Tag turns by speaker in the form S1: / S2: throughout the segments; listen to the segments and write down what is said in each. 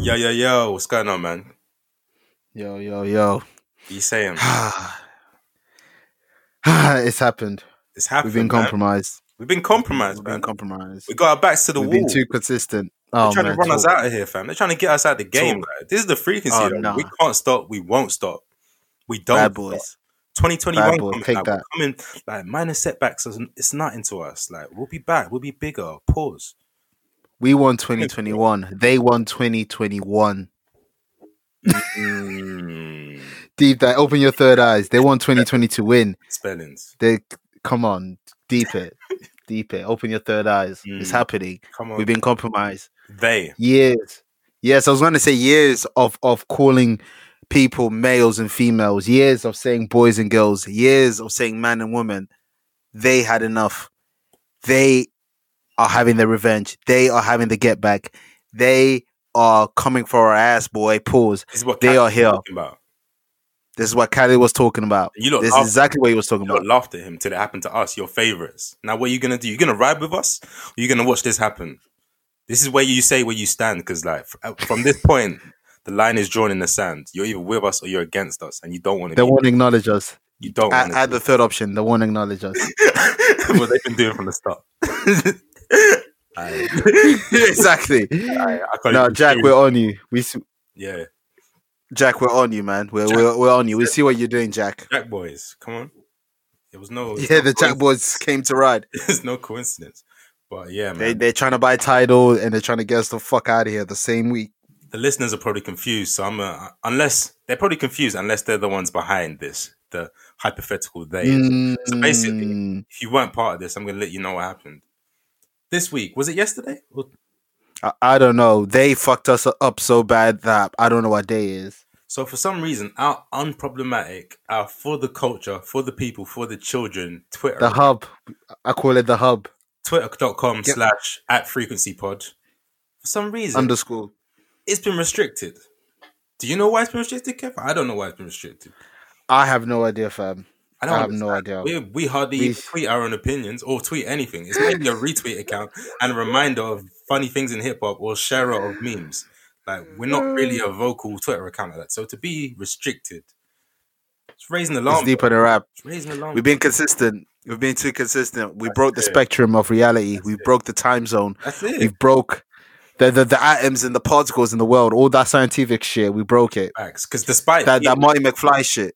S1: Yo, yo, yo, what's going on, man?
S2: Yo, yo, yo.
S1: What you saying?
S2: it's happened.
S1: It's happened.
S2: We've been
S1: man.
S2: compromised.
S1: We've been compromised,
S2: We've
S1: man.
S2: been compromised.
S1: we got our backs to the
S2: We've
S1: wall.
S2: been too consistent.
S1: They're
S2: Oh,
S1: trying
S2: man,
S1: to run us
S2: talk.
S1: out of here, fam. They're trying to get us out of the game.
S2: Talk.
S1: like. This is the frequency.
S2: Oh,
S1: like,
S2: nah.
S1: We can't stop. We won't stop. We don't.
S2: Bad
S1: stop.
S2: boys.
S1: 2021
S2: Bad boy,
S1: coming,
S2: take
S1: like,
S2: that.
S1: we're coming like minor setbacks is- it's nothing to us like we'll be back we'll be bigger pause
S2: We won 2021. They won 2021. Mm. Deep that. Open your third eyes. They won 2020 to win.
S1: spellings
S2: They come on. Deep it. Deep it. Open your third eyes. It's
S1: Mm.
S2: happening.
S1: come on
S2: We've been compromised.
S1: they
S2: years. Yes, I was going to say years of of calling people males and females, years of saying boys and girls, years of saying man and woman. They had enough. They are having their revenge. They are having the get back. They are coming for our ass, boy. Pause.
S1: this is what
S2: They
S1: Kat
S2: are
S1: was
S2: here.
S1: talking about
S2: This is what Cali was talking about.
S1: you lot
S2: This
S1: laughed-
S2: is exactly what he was talking
S1: you lot
S2: about.
S1: laughed at him till it happened to us your favorites now what are you gonna do you're gonna ride with us or you're gonna watch this happen this is where you say where you stand because like f- uh, from this point the line is drawn in the sand you're either with us or you're against us and you don't want to
S2: They
S1: be,
S2: won't acknowledge us.
S1: you don't
S2: Add,
S1: want
S2: add the third option. They won't acknowledge us.
S1: what they've been doing from the start Aye.
S2: exactly.
S1: I, I can't
S2: No,
S1: even
S2: Jack,
S1: see.
S2: we're on you. We s-
S1: yeah,
S2: Jack, we're on you, man. We're, we're, we're on you. We see what you're doing, Jack.
S1: Jack boys. Come on, it was no
S2: Yeah, the Jack
S1: Jack
S2: boys came to ride.
S1: It's no coincidence, but yeah, man.
S2: They, they're trying to buy title and they're trying to get us the fuck out of here the same week.
S1: the listeners are probably confused. So I'm uh, unless they're probably confused unless they're the ones behind this, the hypothetical they. So basically-
S2: Mm,
S1: If you weren't part of this, I'm gonna let you know what happened. This week was it yesterday? Or
S2: I, I don't know. They fucked us up so bad that I don't know what day is.
S1: So for some reason, our unproblematic, our for the culture, for the people, for the children, Twitter,
S2: The hub. I call it the hub
S1: twitter.com
S2: Yeah.
S1: slash at frequency pod. For some reason,
S2: underscore.
S1: it's been restricted. Do you know why it's been restricted, Kev? I don't know why it's been restricted.
S2: I have no idea, fam.
S1: I
S2: I,
S1: don't
S2: have no idea.
S1: We, we hardly
S2: We-
S1: tweet our own opinions or tweet anything. It's mainly a retweet account and a reminder of funny things in hip hop or sharer of memes. Like we're not really
S2: Mm.
S1: a vocal Twitter account like that. So to be restricted, it's raising the
S2: It's
S1: alarm.
S2: deeper than rap.
S1: It's raising the alarm.
S2: We've been consistent. We've been too consistent. We broke the
S1: it.
S2: spectrum of reality. we broke the time zone.
S1: That's it.
S2: we broke the, the the atoms and the particles in the world, all that scientific shit. We broke it.
S1: Because despite
S2: That that
S1: being-
S2: Marty McFly shit.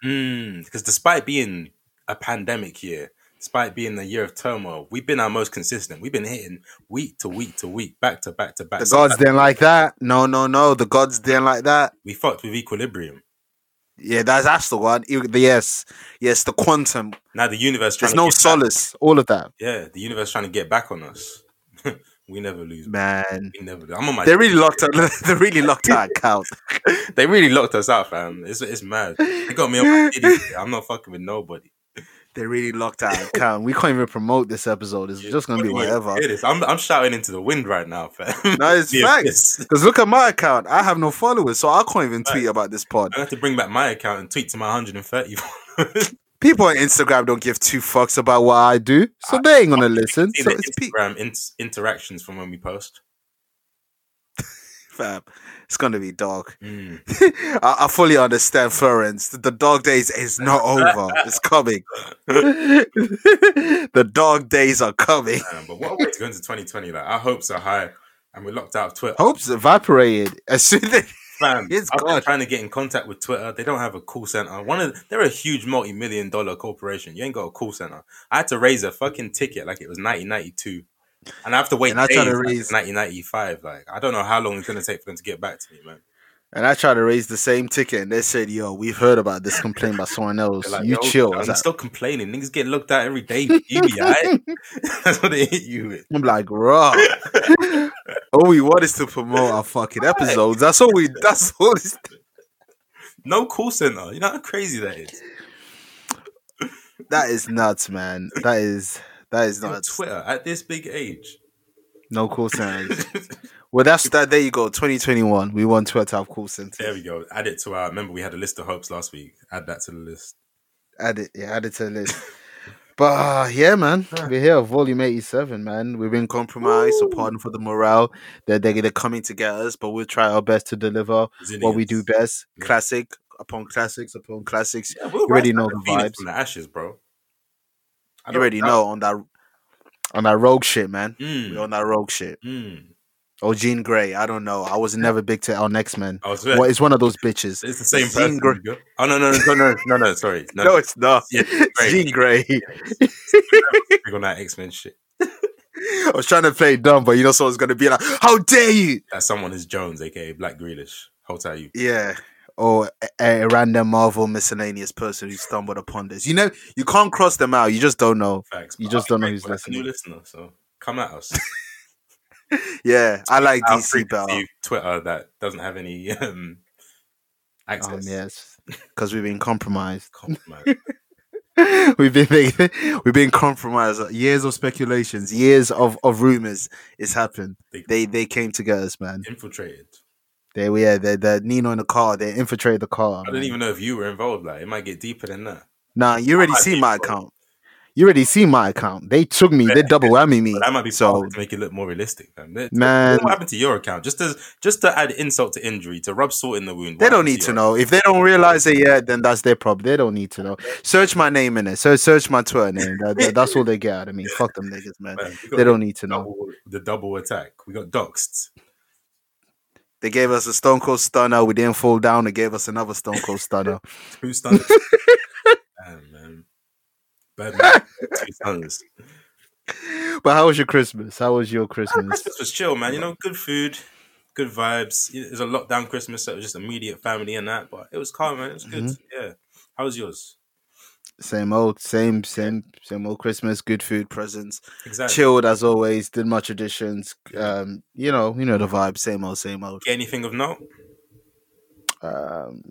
S1: because despite being a pandemic year, despite being a year of turmoil, we've been our most consistent. We've been hitting week to week to week, back to back to back.
S2: The
S1: So
S2: gods didn't like that. No, no, no. The gods didn't like that.
S1: we fucked with equilibrium.
S2: Yeah, that's that's the one. E- The yes, yes, the quantum.
S1: Now the universe trying
S2: There's
S1: to
S2: no
S1: get back-
S2: solace. All of that,
S1: Yeah, the universe trying to get back on us. we never lose.
S2: man.
S1: We never. Lose. I'm on my.
S2: They really locked. Out, they really locked our account.
S1: They really locked us out, fam. It's it's mad. They got me on my titties. I'm not fucking with nobody.
S2: They really locked our account. We can't even promote this episode. It's just gonna be
S1: Nobody wants to
S2: whatever.
S1: hear this. I'm I'm shouting into the wind right now, fam.
S2: No, it's
S1: Yeah,
S2: facts. Because look at my account. I have no followers, so I can't even tweet about this pod.
S1: I have to bring back my account and tweet to my 130 followers.
S2: people on Instagram don't give two fucks about what I do, so they ain't gonna listen.
S1: See
S2: So
S1: the
S2: it's peak,
S1: Instagram int- interactions from when we post.
S2: fam. It's gonna be dog.
S1: Mm,
S2: I, I fully understand Florence. The dog days is not over. It's coming. the dog days are coming.
S1: Um, but what a way to go into 2020. Like our hopes are high, and we're locked out of Twitter.
S2: Hopes evaporated as soon as
S1: Fam,
S2: It's
S1: I've been
S2: gone.
S1: trying to get in contact with Twitter. They don't have a call center. One of they're a huge multi-million dollar corporation. You ain't got a call center. I had to raise a fucking ticket like it was 1992, and I have to wait
S2: And I
S1: days
S2: try to
S1: like
S2: raise-
S1: 1995. Like I don't know how long it's gonna take for them to get back to me, man.
S2: and I tried to raise the same ticket, and they said, "Yo, we've heard about this complaint by someone else.
S1: They're like,
S2: you
S1: "Yo,
S2: chill." I
S1: I'm
S2: was like,
S1: still complaining. Niggas get looked at every day. baby, aight?" That's what they hit you with.
S2: I'm like, raw. all we want is to promote our fucking episodes. That's all we. That's all. It's,
S1: No call center. You know how crazy that is.
S2: That is nuts, man. That is that is
S1: on
S2: nuts.
S1: Twitter at this big age.
S2: No call centers. well, that's that. There you go. 2021. We want Twitter to have call
S1: There
S2: centers.
S1: we go. Add it to our. Remember, we had a list of hopes last week. Add that to the list.
S2: Add it. Yeah, add it to the list. But uh, yeah, man, we're here, volume 87, man. We've been compromised, so pardon for the morale that they're, they're coming to get us, but we'll try our best to deliver what we do best
S1: Yeah.
S2: classic upon classics upon classics.
S1: Yeah, we'll rise
S2: already
S1: like
S2: know
S1: the
S2: the
S1: Phoenix
S2: vibes.
S1: from the ashes, bro. I
S2: You
S1: don't
S2: already
S1: doubt-
S2: know on that on that rogue shit, man.
S1: Mm,
S2: We're on that rogue shit.
S1: mm.
S2: Or Jean Grey, I don't know. I was never big to on X Men.
S1: I was
S2: Well, it's one of those bitches.
S1: It's the same
S2: Jean
S1: person. Oh no no no no no no! Sorry, no,
S2: No, it's not.
S1: Yeah,
S2: It's
S1: Grey.
S2: Jean Grey.
S1: big on that X Men shit.
S2: I was trying to play it dumb, but you know someone's gonna be like, "How dare you!"
S1: That someone is Jones, aka Black Grealish. How tell you?
S2: Yeah. Or a, a random Marvel miscellaneous person who stumbled upon this. You know, you can't cross them out. You just don't know.
S1: Facts.
S2: You
S1: but
S2: just
S1: I'll
S2: don't know
S1: be
S2: who's
S1: grateful that's a New listener, so come at us.
S2: Yeah, I like
S1: I'll
S2: DC better.
S1: you Twitter that doesn't have any um, access.
S2: Um, yes, because we've been compromised.
S1: Compromise.
S2: we've been making, we've been compromised. Years of speculations, years of, of rumors. It's happened.
S1: They-
S2: They they came to get us, man.
S1: Infiltrated.
S2: They were yeah, they they Nino in the car. They infiltrated the car.
S1: I don't even know if you were involved. Like it might get deeper than that.
S2: Nah, you already
S1: might
S2: see
S1: be
S2: my
S1: involved.
S2: account. You already see my account. They took me. They double whammy me.
S1: But that might be
S2: So-
S1: so to make it look more realistic. Man, That-
S2: Man.
S1: what happened to your account? Just to just to add insult to injury, to rub salt in the wound.
S2: They
S1: what
S2: don't
S1: happened
S2: need to
S1: your-
S2: know. If they don't realize it yet, then that's their problem. They don't need to know. Search my name in it. So search my Twitter name. That- that- that's all they get out of me. Fuck them niggas, man.
S1: Man, we got
S2: They don't need to know.
S1: double, the double attack. We got doxed.
S2: They gave us a Stone Cold Stunner. We didn't fall down. They gave us another Stone Cold Stunner.
S1: Two stunners. Damn, man. Bad man. Two stunners.
S2: But how was your Christmas? How was your Christmas?
S1: Christmas was chill, man. You know, good food, good vibes. It was a lockdown Christmas, so it was just immediate family and that. But it was calm, man. It was good.
S2: Mm-hmm.
S1: Yeah. How was yours?
S2: Same old, same, same, same old Christmas. Good food, presents,
S1: Exactly.
S2: chilled as always. Did my traditions. Um, you know, you know the vibe. Same old, same old.
S1: Get anything of note?
S2: um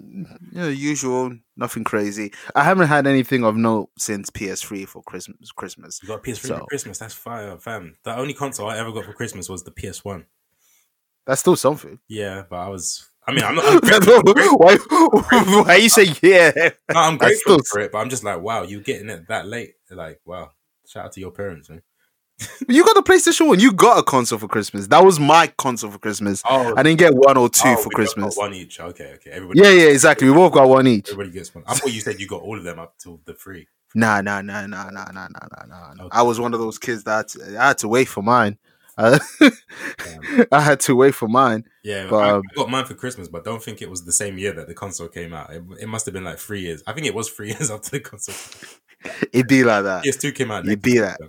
S2: you know, usual nothing crazy i haven't had anything of note since ps3 for christmas christmas
S1: You got a PS3
S2: So-
S1: for Christmas. That's fire, fam. The only console I ever got for Christmas was the PS1.
S2: that's still something
S1: Yeah, but I was. I mean, I'm not. I'm grateful,
S2: why, why you say yeah
S1: no, I'm
S2: That's
S1: grateful
S2: still-
S1: for it, but I'm just like, wow, you getting it that late? Like, wow. Shout out to your parents, man.
S2: you got the playstation one you got a console for christmas that was my console for christmas
S1: Oh,
S2: i didn't get one or two
S1: oh,
S2: for
S1: we both got
S2: christmas
S1: One each. Okay, okay. Everybody.
S2: yeah yeah exactly we both got one each
S1: Everybody gets one. I thought you said you got all of them up till the three.
S2: nah nah nah nah nah nah nah nah nah nah.
S1: Okay.
S2: i was one of those kids that had to- i had to wait for mine Uh, i had to wait for mine
S1: Yeah,
S2: But,
S1: I,
S2: um,
S1: I got mine for Christmas, but don't think it was the same year that the console came out. It, it must have been like three years. I think it was three years after the console.
S2: it'd be like that
S1: PS2 came out. Next.
S2: It'd Uh, be that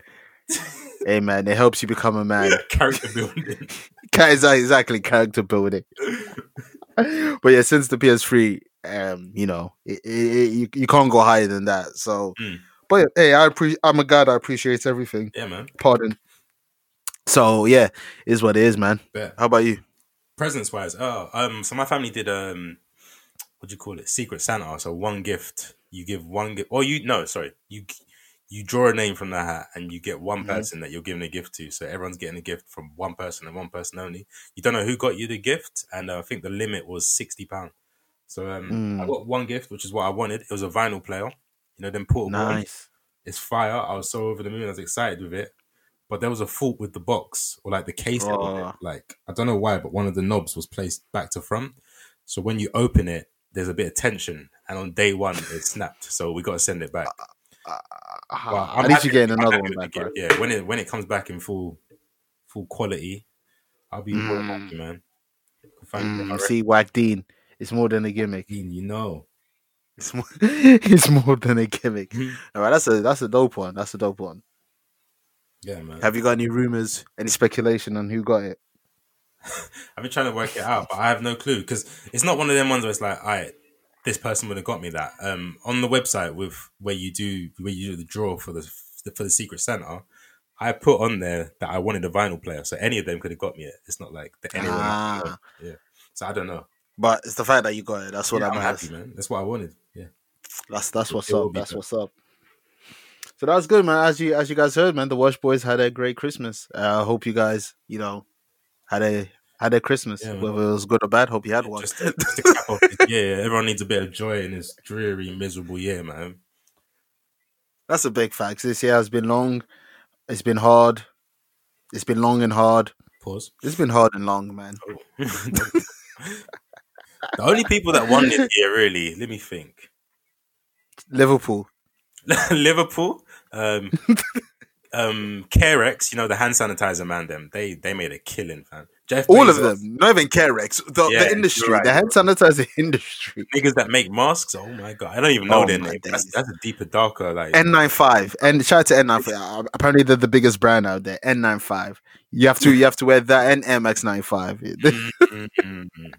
S2: hey man it helps you become a man
S1: Character building.
S2: Ca- is that exactly character building. but yeah, since the PS3, um, you know, it, it, it, you, you can't go higher than that. So,
S1: Mm.
S2: but yeah, hey, I appre- I'm a guy that appreciates everything.
S1: Yeah, man.
S2: Pardon. So yeah, is what it is, man.
S1: Bet.
S2: How about you?
S1: Presents wise, oh, um, so my family did um, what do you call it? Secret Santa. So one gift, you give one gift, or you no, sorry, you you draw a name from the hat, and you get one
S2: Mhm.
S1: person that you're giving a gift to. So everyone's getting a gift from one person and one person only. You don't know who got you the gift, and uh, I think the limit was sixty pound. So um, I
S2: Mm.
S1: got one gift, which is what I wanted. It was a vinyl player, you know, them portable. ones.
S2: Nice.
S1: It's fire. I was so over the moon. I was excited with it. But there was a fault with the box or like the case. that was in
S2: Oh.
S1: it. Like, I don't know why, but one of the knobs was placed back to front. So when you open it, there's a bit of tension. And on day one, it snapped. So we got to send it back.
S2: Ah,
S1: Well, I'm
S2: At least
S1: happy-
S2: you're getting
S1: I'm
S2: another
S1: happy
S2: one
S1: with the
S2: back,
S1: gift.
S2: bro.
S1: Yeah, when it when it comes back in full full quality, I'll be more than
S2: Mm.
S1: happy, man. Thank you. I
S2: Mm, see, Wack Dean, it's more than a gimmick.
S1: reckon you know.
S2: It's more, it's more than a gimmick.
S1: Mhm.
S2: All right, that's a that's a dope one. That's a dope one.
S1: Yeah, man.
S2: Have you got any rumors, any speculation on who got it?
S1: I've been trying to work it out, but I have no clue because it's not one of them ones where it's like, all right, this person would have got me that. Um, on the website with where you do where you do the draw for the for the Secret Santa, I put on there that I wanted a vinyl player, so any of them could have got me it. It's not like the anyone. else.
S2: Ah.
S1: Yeah, so I don't know.
S2: But it's the fact that you got it. That's what
S1: Yeah,
S2: that
S1: I'm
S2: matters.
S1: happy, man. That's what I wanted. Yeah,
S2: That's that's what's
S1: It will
S2: up.
S1: be
S2: That's
S1: better.
S2: what's up. So that's good, man. As you as you guys heard, man, the Wash Boys had a great Christmas. Uh, I hope you guys, you know, had a had a Christmas,
S1: Yeah, man.
S2: whether it was good or bad. Hope you had one.
S1: just, just to cap off this year, everyone needs a bit of joy in this dreary, miserable year, man.
S2: That's a big fact. This year has been long. It's been hard. It's been long and hard.
S1: Pause.
S2: It's been hard and long, man.
S1: the only people that won this year, really, let me think.
S2: Liverpool.
S1: Liverpool, um, um, Carex, you know the hand sanitizer man. Them they they made a killing, fan. Jeff
S2: All of
S1: Bezos,
S2: them. Not even Carex. The,
S1: Yeah,
S2: the industry.
S1: you're right.
S2: The hand sanitizer industry.
S1: niggas that make masks. Oh my god, I don't even know
S2: Oh
S1: their
S2: my
S1: name.
S2: days.
S1: That's, that's a deeper, darker like.
S2: N95 and shout out to N95. Apparently they're the biggest brand out there. N95. You have to you have to wear that and MX95.
S1: Mm, mm, mm, mm.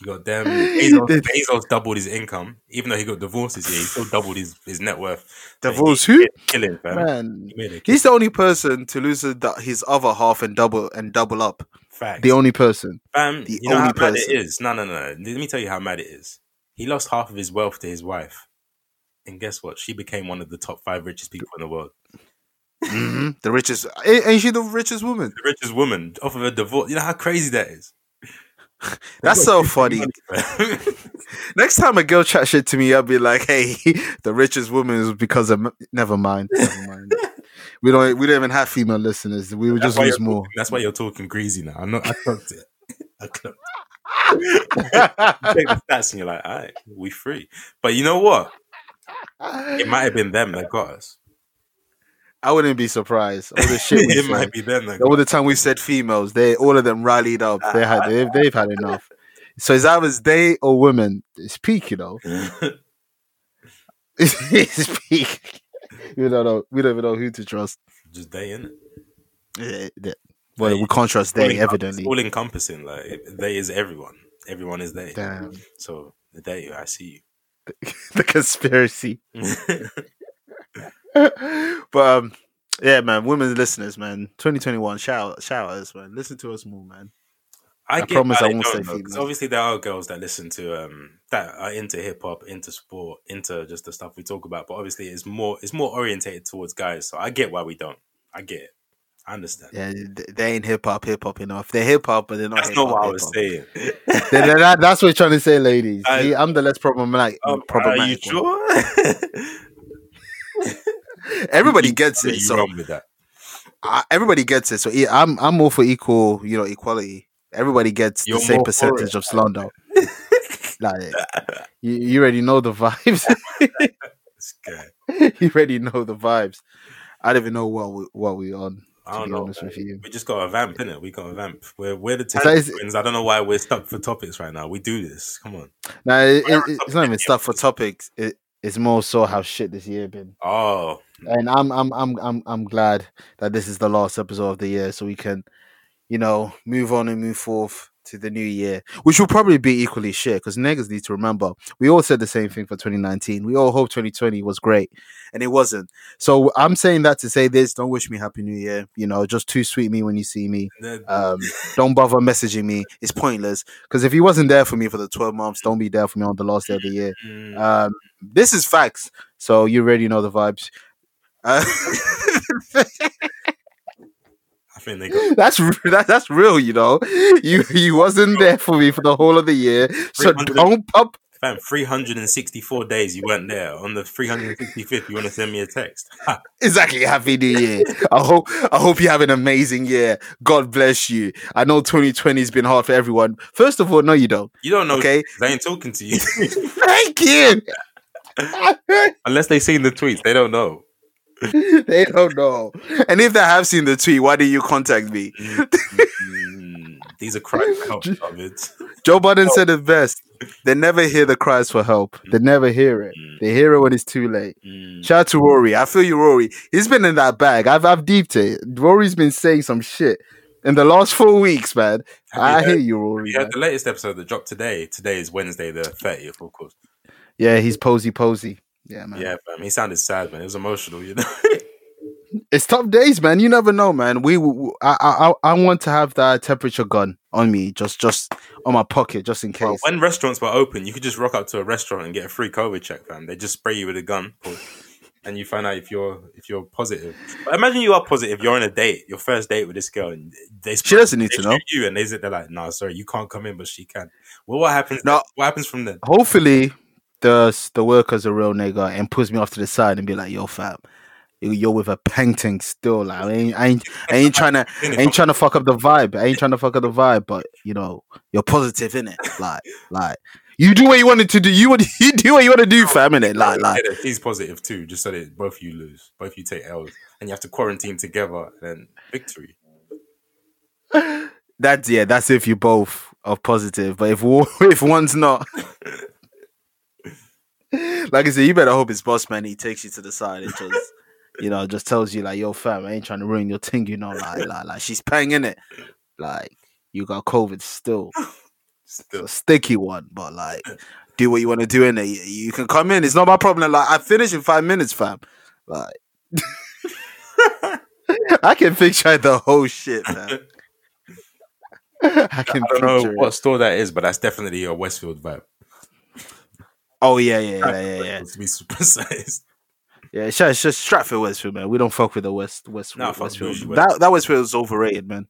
S1: you got them. Bezos,
S2: This-
S1: Bezos doubled his income, even though he got divorced this year. He still doubled his, his net worth.
S2: Divorced
S1: He
S2: who?
S1: made a Killing, fam.
S2: Man,
S1: He made a
S2: he's the only person to lose the, his other half and double and double up.
S1: fact.
S2: The only person.
S1: Fam,
S2: The
S1: you know how
S2: only
S1: mad it
S2: person.
S1: is? No, no, no. Let me tell you how mad it is. He lost half of his wealth to his wife. And guess what? She became one of the top five richest people in the world.
S2: hmm The richest. a- Ain't she the richest woman?
S1: The richest woman off of a divorce. You know how crazy that is?
S2: That's so funny. Next time a girl chat shit to me, I'll be like, "Hey, the richest woman is because of." m-" Never mind. Never mind. we don't. We don't even have female listeners. We would
S1: That's
S2: just
S1: why,
S2: lose
S1: you're
S2: more.
S1: talking, that's why you're talking greasy now. I'm not, I clocked it. I clocked
S2: it
S1: it. Take the stats and you're like, all right, we free. But you know what? It might have been them that got us.
S2: I wouldn't be surprised. All the shit we
S1: it
S2: said.
S1: might be them that got
S2: All the time we said females, they all of them rallied up. They had. They've, they've had enough. So it's either it's they or women. It's peak, you know.
S1: us.
S2: It's, it's peak. We don't know. We don't even know who to trust.
S1: Just they in it.
S2: Eh, eh, Well, we can't trust they evidently.
S1: All encompassing. Like, they is everyone. Everyone is they.
S2: Damn.
S1: So there you, I see
S2: the conspiracy.
S1: you.
S2: but um, yeah, man, women listeners, man, 2021, shout out, shout out us, man. Listen to us more, man.
S1: I,
S2: I
S1: get
S2: promise
S1: why
S2: I
S1: they
S2: won't
S1: don't,
S2: say
S1: though, 'cause
S2: female.
S1: Obviously, there are girls that listen to um that are into hip hop, into sport, into just the stuff we talk about. But obviously, it's more it's more orientated towards guys. So I get why we don't. I get it. I understand.
S2: Yeah, th- they ain't hip hop, hip hop enough. They're hip hop, but they're not.
S1: That's
S2: hip-hop,
S1: not what I
S2: hip-hop.
S1: was saying.
S2: They- they- that- that's what you're trying to say, ladies.
S1: I-
S2: See, I'm the less problematic.
S1: Um, are you
S2: problematic one.
S1: sure?
S2: Everybody
S1: You-
S2: gets
S1: I mean,
S2: it,
S1: you
S2: so
S1: wrong with that.
S2: I, everybody gets it. So yeah, I'm I'm all for equal, you know, equality. Everybody gets
S1: You're
S2: the
S1: more
S2: same
S1: for
S2: percentage
S1: it.
S2: of slander. like you, you already know the vibes.
S1: This
S2: Uh,
S1: guy.
S2: you already know the vibes. I don't even know what we, what we on.
S1: I
S2: to
S1: don't
S2: be
S1: know.
S2: honest with you.
S1: We just got a vamp, innit? We got a vamp. We're we're the
S2: that-
S1: tangent
S2: is-
S1: twins. I don't know why we're stuck for topics right now. We do this. Come on.
S2: Now it,
S1: Where are
S2: it- it's
S1: topics
S2: not even
S1: at?
S2: stuff for topics. It, it's more so how shit this year been,
S1: Oh,
S2: and I'm I'm I'm I'm I'm glad that this is the last episode of the year, so we can, you know, move on and move forth to the new year, which will probably be equally shit. Because niggas need to remember, we all said the same thing for 2019. We all hoped 2020 was great, and it wasn't. So I'm saying that to say this: don't wish me happy new year. You know, just too sweet me when you see me.
S1: the-
S2: Um, don't bother messaging me. It's pointless. Because if you wasn't there for me for the 12 months, don't be there for me on the last day of the year.
S1: mm.
S2: Um, this is facts. So you already know the vibes. Uh,
S1: I think they got
S2: that's r- that, that's real, you know. You you wasn't there for me for the whole of the year, so
S1: 300.
S2: don't pop.
S1: fam. Three hundred and sixty-four days you weren't there. On the three hundred and sixty-fifth, you want to send me a text? Ha,
S2: Exactly. Happy New Year. I hope I hope you have an amazing year. God bless you. I know 2020 has been hard for everyone. First of all, no, you don't.
S1: you don't know.
S2: Okay.
S1: 'cause they ain't talking to you
S2: Thank you.
S1: unless they seen the tweets. They don't know.
S2: they don't know. And if they have seen the tweet, why did you contact me?
S1: Mm, These are crying out, David.
S2: Joe Biden said it best. They never hear the cries for help. They never hear it. They hear it when it's too late.
S1: Mm,
S2: Shout out to Rory. I feel you, Rory. He's been in that bag. I've I've deeped it. Rory's been saying some shit in the last four weeks, man.
S1: Have you
S2: I
S1: heard-
S2: hear you, Rory.
S1: You
S2: man.
S1: had the latest episode that dropped today. Today is Wednesday, the thirtieth, of course.
S2: Yeah, he's posy posy. Yeah, man.
S1: Yeah, fam. He sounded sad, man. It was emotional, you know.
S2: It's tough days, man. You never know, man. We, we I, I I- I want to have that temperature gun on me, just just on my pocket, just in case.
S1: Well, when restaurants were open, you could just rock up to a restaurant and get a free COVID check, fam. They just spray you with a gun, pause, and you find out if you're if you're positive. But imagine you are positive. You're on a date, your first date with this girl, and they
S2: she
S1: spray
S2: doesn't need
S1: they
S2: to
S1: shoot
S2: know.
S1: you, and they said they're like, "No, sorry, you can't come in, but she can." Well, what happens?
S2: No.
S1: what happens from then?
S2: hopefully the the worker's a real nigga and pulls me off to the side and be like, "Yo, fam, you- you're with a painting still. Like, I ain't, I ain't, I ain't trying to, I ain't trying to fuck up the vibe. I ain't trying to fuck up the vibe. But you know, you're positive in it. Like, like you do what you wanted to do. You would, you do what you want to do, fam. In it, like, like."
S1: Yeah, he's positive too, just so that both you lose, both you take L's, and you have to quarantine together. And then victory.
S2: That's yeah, that's if you both are positive. But if wo- if one's not, like I said, you better hope it's boss man. He takes you to the side and just you know just tells you like, "Yo, fam, I ain't trying to ruin your thing." You know, like like like she's paying in it. Like you got COVID still,
S1: Still,
S2: it's a sticky one. But like, do what you want to do in it. You, you can come in. It's not my problem. Like I finish in five minutes, fam. Like. I can picture the whole shit, man.
S1: I
S2: I can
S1: don't
S2: picture
S1: know
S2: it.
S1: what store that is, but that's definitely a Westfield vibe.
S2: Oh yeah, yeah, yeah, yeah, yeah.
S1: To be super precise.
S2: Yeah, it's just, it's just Stratford Westfield, man. We don't fuck with the West West
S1: Nah, fuck
S2: Westfield.
S1: bougie West.
S2: That that Westfield is overrated, man.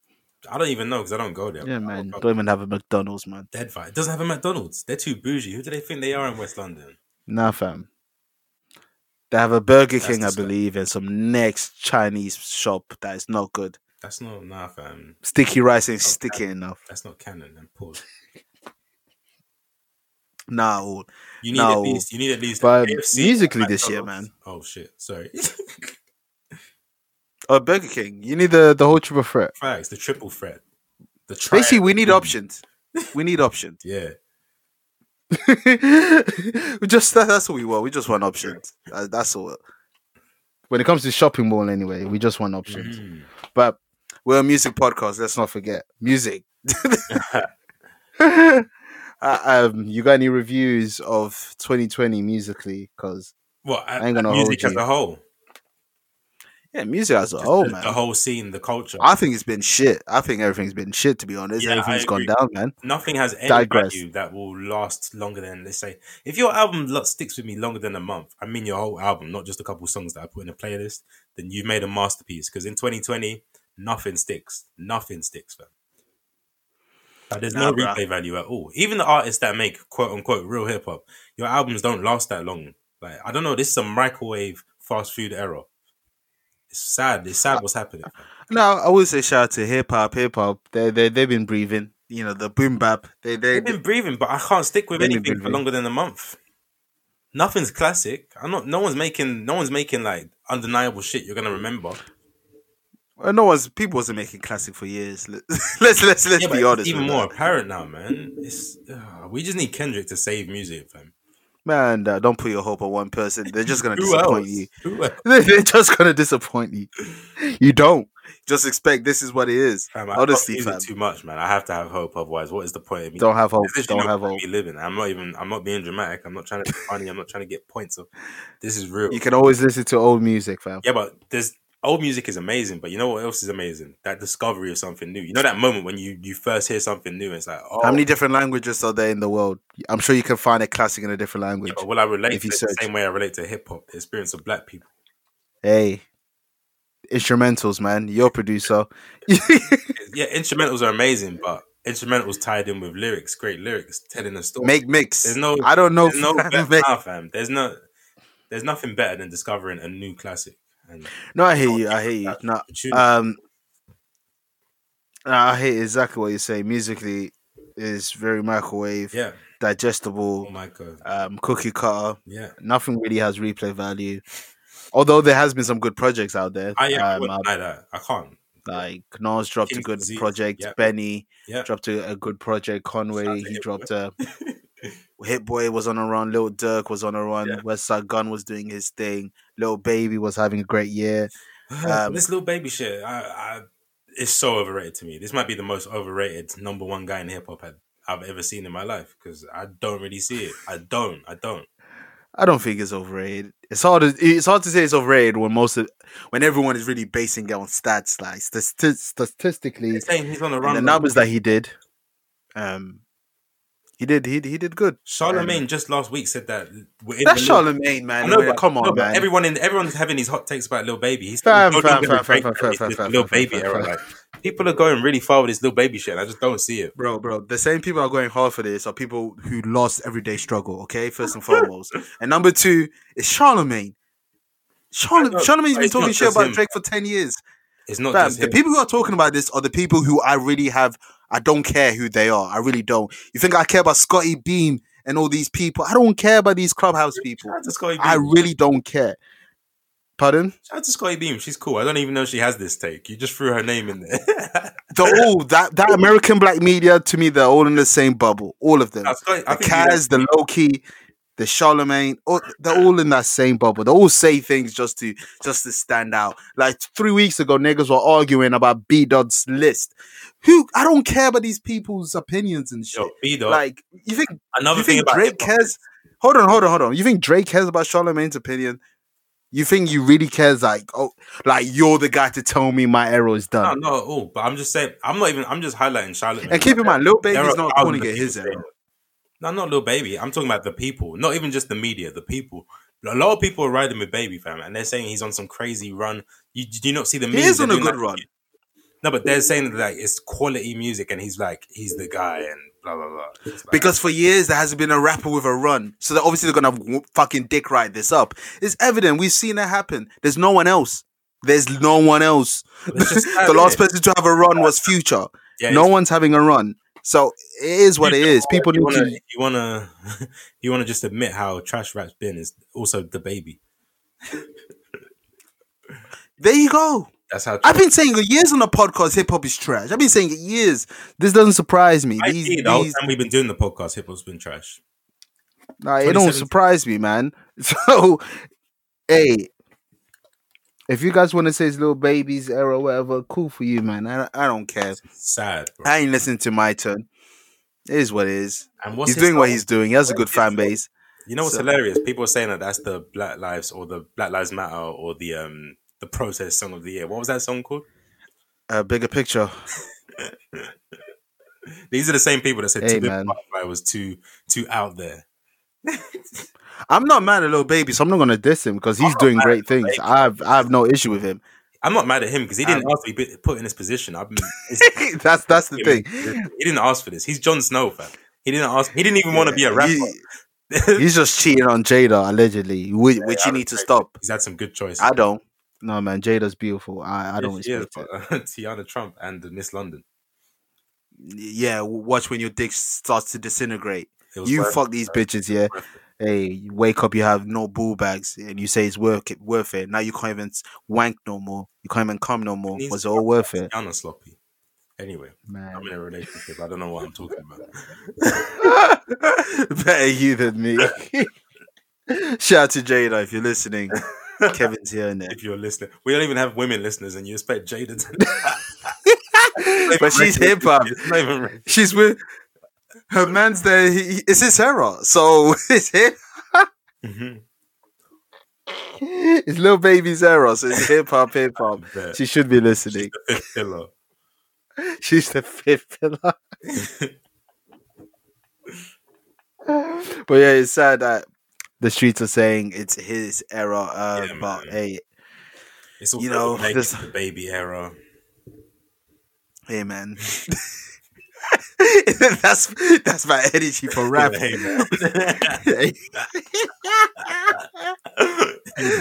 S1: I don't even know because I don't go there.
S2: Yeah, man.
S1: I'll go
S2: Don't even have a McDonald's, man.
S1: Dead vibe. It doesn't have a McDonald's. They're too bougie. Who do they think they are in West London?
S2: Nah, fam. They have a Burger
S1: That's
S2: King, I
S1: disgusting.
S2: believe, and some next Chinese shop that is not good.
S1: That's not nah, fam.
S2: Sticky rice ain't sticky enough.
S1: That's not canon. And pause.
S2: Nah, oh. all.
S1: You need
S2: No,
S1: at least. You need at least.
S2: but
S1: KFC
S2: musically
S1: and
S2: this year,
S1: McDonald's. Oh shit! Sorry.
S2: oh Burger King. You need the the whole triple threat.
S1: Facts. The triple threat. The triad.
S2: Basically, we need options. We need options.
S1: Yeah.
S2: we just that, that's what we want. We just want options. That- that's all. When it comes to shopping mall, anyway, we just want options.
S1: Mm.
S2: But we're a music podcast. Let's not forget music. Uh, um, you got any reviews of 2020 musically? Because
S1: Well, I,
S2: ain't gonna
S1: music
S2: hold
S1: as
S2: you.
S1: a whole.
S2: yeah, music as a whole,
S1: the,
S2: man.
S1: the whole scene, the culture.
S2: I think it's been shit. I think everything's been shit. To be honest,
S1: Yeah, I
S2: everything's gone
S1: agree.
S2: down, man.
S1: Nothing has any
S2: Digress.
S1: value that will last longer than let's say if your album lo- sticks with me longer than a month. I mean your whole album, not just a couple songs that I put in a playlist. Then you've made a masterpiece. Because in 2020, nothing sticks. Nothing sticks, man. Like, there's no
S2: Nah, bruh.
S1: replay value at all. Even the artists that make quote unquote real hip hop, your albums don't last that long. Like I don't know, this is a microwave fast food era. It's sad. It's sad what's happening.
S2: No, I would say shout out to hip hop, hip hop. They they they've been breathing. You know the boom bap. They they,
S1: They've been breathing, but I can't stick with
S2: They've been
S1: anything for
S2: breathing.
S1: longer than a month. Nothing's classic. I'm not. No one's making. No one's making like undeniable shit. You're gonna remember.
S2: Well, no one's people wasn't making classic for years. Let- Let's let's let's
S1: Yeah, but
S2: be
S1: it's
S2: honest.
S1: even
S2: with
S1: more
S2: that.
S1: apparent now, man. It's uh, we just need Kendrick to save music, fam.
S2: man. Uh, don't put your hope on one person. They're just gonna
S1: Who
S2: disappoint
S1: else?
S2: you.
S1: Who else?
S2: They're just gonna disappoint you. You don't just expect this is what it is.
S1: Fam, I
S2: Honestly,
S1: honestly,
S2: fam,
S1: too much, man. I have to have hope. Otherwise, what is the point of me?
S2: don't have hope.
S1: There's literally
S2: Don't
S1: no
S2: have
S1: point
S2: hope.
S1: of me living. I'm not even. I'm not being dramatic. I'm not trying to be funny. I'm not trying to get points. Of this is real.
S2: You can always listen to old music, fam.
S1: Yeah, but there's old music is amazing, but you know what else is amazing? That discovery of something new. You know that moment when you you first hear something new, it's like, oh,
S2: How many different languages are there in the world? I'm sure you can find a classic in a different
S1: yeah,
S2: language.
S1: but oh, will I relate
S2: if
S1: to
S2: you
S1: it
S2: search.
S1: the same way I relate to hip hop, the experience of black people?
S2: Hey, instrumentals, man. Your producer.
S1: Yeah, instrumentals are amazing, but instrumentals tied in with lyrics, great lyrics, telling a story.
S2: Make mix.
S1: There's no-
S2: I don't know.
S1: there's no
S2: fam.
S1: better,
S2: Make-
S1: nah, fam. There's no there's nothing better than discovering a new classic. And
S2: No, I hear you. I hear you.
S1: That's
S2: No,
S1: opportunity.
S2: um, I hear exactly what you're saying. Musically, is very microwave,
S1: yeah. Oh
S2: digestible,
S1: my god.
S2: um, cookie cutter.
S1: Yeah.
S2: Nothing really has replay value. Although there has been some good projects out there,
S1: I, yeah, I
S2: um,
S1: wouldn't
S2: uh,
S1: deny that. I can't.
S2: like Nas dropped a
S1: King's
S2: good
S1: Disease,
S2: project.
S1: yeah.
S2: Benny
S1: Yeah.
S2: dropped a, a good project. Conway
S1: Shout to
S2: he
S1: Hit
S2: dropped a Hit Boy was on a run. Little Dirk was on a run. West Side Gun was doing his thing. Little Baby was having a great year. Um,
S1: this little baby shit, I, I, it's so overrated to me. This might be the most overrated number one guy in hip hop I've- I've ever seen in my life because I don't really see it. I don't. I don't.
S2: I don't think it's overrated. It's hard. To, it's hard to say it's overrated when most of, when everyone is really basing it on stats, like stati- statistically,
S1: He's saying he's on a
S2: and the
S1: run. Now,
S2: numbers that he did. Um, he did. He he did good.
S1: Charlemagne just last week said that we're in
S2: That's
S1: the loop.
S2: Charlemagne,
S1: I
S2: man.
S1: know,
S2: We're-
S1: but-
S2: Come on,
S1: no, but
S2: man.
S1: Everyone in everyone's having these hot takes about Lil Baby. He's
S2: Fam,
S1: no
S2: fam,
S1: longer
S2: fam,
S1: the Drake
S2: fam, fam,
S1: era, it's
S2: fam,
S1: this
S2: fam,
S1: Lil
S2: fam,
S1: Baby
S2: fam,
S1: era.
S2: fam.
S1: Like People are going really far with this little baby shit. And I just don't see it.
S2: Bro, bro, the same people are going hard for this are people who lost everyday struggle, okay? First and foremost. and number two is Charlemagne. Charle-
S1: I know,
S2: Charlemagne's
S1: but
S2: been
S1: it's
S2: talking
S1: not
S2: shit
S1: just
S2: about
S1: him.
S2: Drake for 10 years.
S1: It's not
S2: Fam,
S1: just
S2: the
S1: him.
S2: people who are talking about this are the people who I really have. I don't care who they are. I really don't. You think I care about Scotty Beam and all these people? I don't care about these clubhouse people.
S1: Shout out to Scotty
S2: I
S1: Beam.
S2: really don't care. Pardon?
S1: Shout out to Scotty Beam. She's cool. I don't even know she has this take. You just threw her name in there.
S2: The all that that American black media to me, they're all in the same bubble. All of them.
S1: Now, Scotty, I
S2: The
S1: think you guys-
S2: Kaz, the Loki, the Charlemagne, all, they're all in that same bubble. They all say things just to just to stand out. Like three weeks ago, niggas were arguing about B Dod's list. Who I don't care about these people's opinions and shit.
S1: Yo, B-Dog.
S2: Like you think
S1: Another
S2: you
S1: thing
S2: think
S1: about
S2: Drake
S1: hip-hop.
S2: cares? Hold on, hold on, hold on. You think Drake cares about Charlemagne's opinion? You think you really cares? Like oh, like you're the guy to tell me my arrow is
S1: No,
S2: done.
S1: not at all. But I'm just saying, I'm not even, I'm just highlighting Charlotte.
S2: and keep in mind, Lil
S1: There
S2: Baby's
S1: are
S2: not
S1: thousands
S2: calling
S1: of
S2: it his
S1: people
S2: arrow.
S1: No, not little baby. I'm talking about the people, not even just the media. The people. A lot of people are riding with baby fam, and they're saying he's on some crazy run. You do you not see the
S2: He
S1: memes?
S2: is
S1: They're
S2: on a
S1: doing
S2: good
S1: that-
S2: run.
S1: No, but they're saying that like it's quality music, and he's like he's the guy, and blah blah blah. It's like-
S2: Because for years there hasn't been a rapper with a run, so they're obviously gonna w- fucking dick ride this up. It's evident. We've seen it happen. There's no one else. There's no one else.
S1: It's just sad,
S2: the last
S1: isn't it?
S2: person to have a run was Future.
S1: Yeah,
S2: no
S1: it's-
S2: one's having a run, so it is what it is. People
S1: you
S2: need
S1: wanna,
S2: to.
S1: you wanna you wanna just admit how trash rap's been is also the baby.
S2: There you go.
S1: That's how.
S2: I've been saying for years on the podcast, hip hop is trash. I've been saying it years. This doesn't surprise me.
S1: I
S2: These,
S1: see the whole
S2: these,
S1: time we've been doing the podcast, hip hop's been trash.
S2: nah, it don't
S1: 2017.
S2: surprise me, man. So, hey, if you guys want to say it's little babies era, whatever, cool for you, man. I, I don't care.
S1: Sad. Bro.
S2: I ain't listening to my turn. It is what it is.
S1: And what's
S2: he's
S1: his
S2: doing what
S1: song?
S2: he's doing. He has a
S1: What's
S2: good
S1: his
S2: fan
S1: song?
S2: base.
S1: You know what's
S2: So-
S1: hilarious? People are saying that that's the Black Lives or the Black Lives Matter or the um the protest song of the year. What was that song called?
S2: A bigger picture.
S1: These are the same people that said
S2: Hey,
S1: Too Big
S2: man.
S1: Butterfly was too too out there.
S2: I'm not mad at little baby, so I'm not gonna diss him because he's
S1: not
S2: doing
S1: mad at
S2: great
S1: Lil
S2: things.
S1: Baby.
S2: I've I have no issue with him.
S1: I'm not mad at him because he didn't ask to be put- put in this position. I've been, it's-
S2: that's that's the
S1: he
S2: thing.
S1: didn't ask for this. He's Jon Snow, fam. He didn't ask. He didn't even want to be a rapper.
S2: He- he's just cheating on Jada allegedly, which, which
S1: I
S2: you need to stop.
S1: He's had some good choices.
S2: I don't. No man, Jada's beautiful. I, I don't
S1: She is,
S2: respect it.
S1: but- Tiana Trump and the Miss London.
S2: Yeah, w- watch when your dick starts to disintegrate.
S1: It was
S2: You
S1: worth-
S2: fuck these bitches, yeah.
S1: worth it.
S2: Hey, you wake up, you have no bull bags, and you say it's worth it. Worth it. Now you can't even s- wank no more. You can't even come no more.
S1: Needs
S2: Was it
S1: to
S2: all worth it,
S1: Tiana sloppy. Anyway,
S2: man?
S1: I'm in a relationship. I don't know what I'm talking about.
S2: Better you than me. Shout out to Jada if you're listening. Kevin's here and there.
S1: if you're listening. We don't even have women listeners, and you expect Jada to.
S2: but she's hip hop.
S1: It's not even right.
S2: She's with her man's there. He, he- it's his era, so it's hip.
S1: Mhm.
S2: It's little baby's era, so it's hip hop, hip hop.
S1: Yeah.
S2: Um, She should be listening.
S1: The fifth pillar.
S2: She's the fifth pillar. but yeah, it's sad that the streets are saying it's his era. Uh,
S1: Yeah, man.
S2: but hey,
S1: It's all
S2: You
S1: you
S2: know,
S1: know
S2: this-
S1: the baby era.
S2: hey man, that's that's my energy for rap.
S1: Hey, man.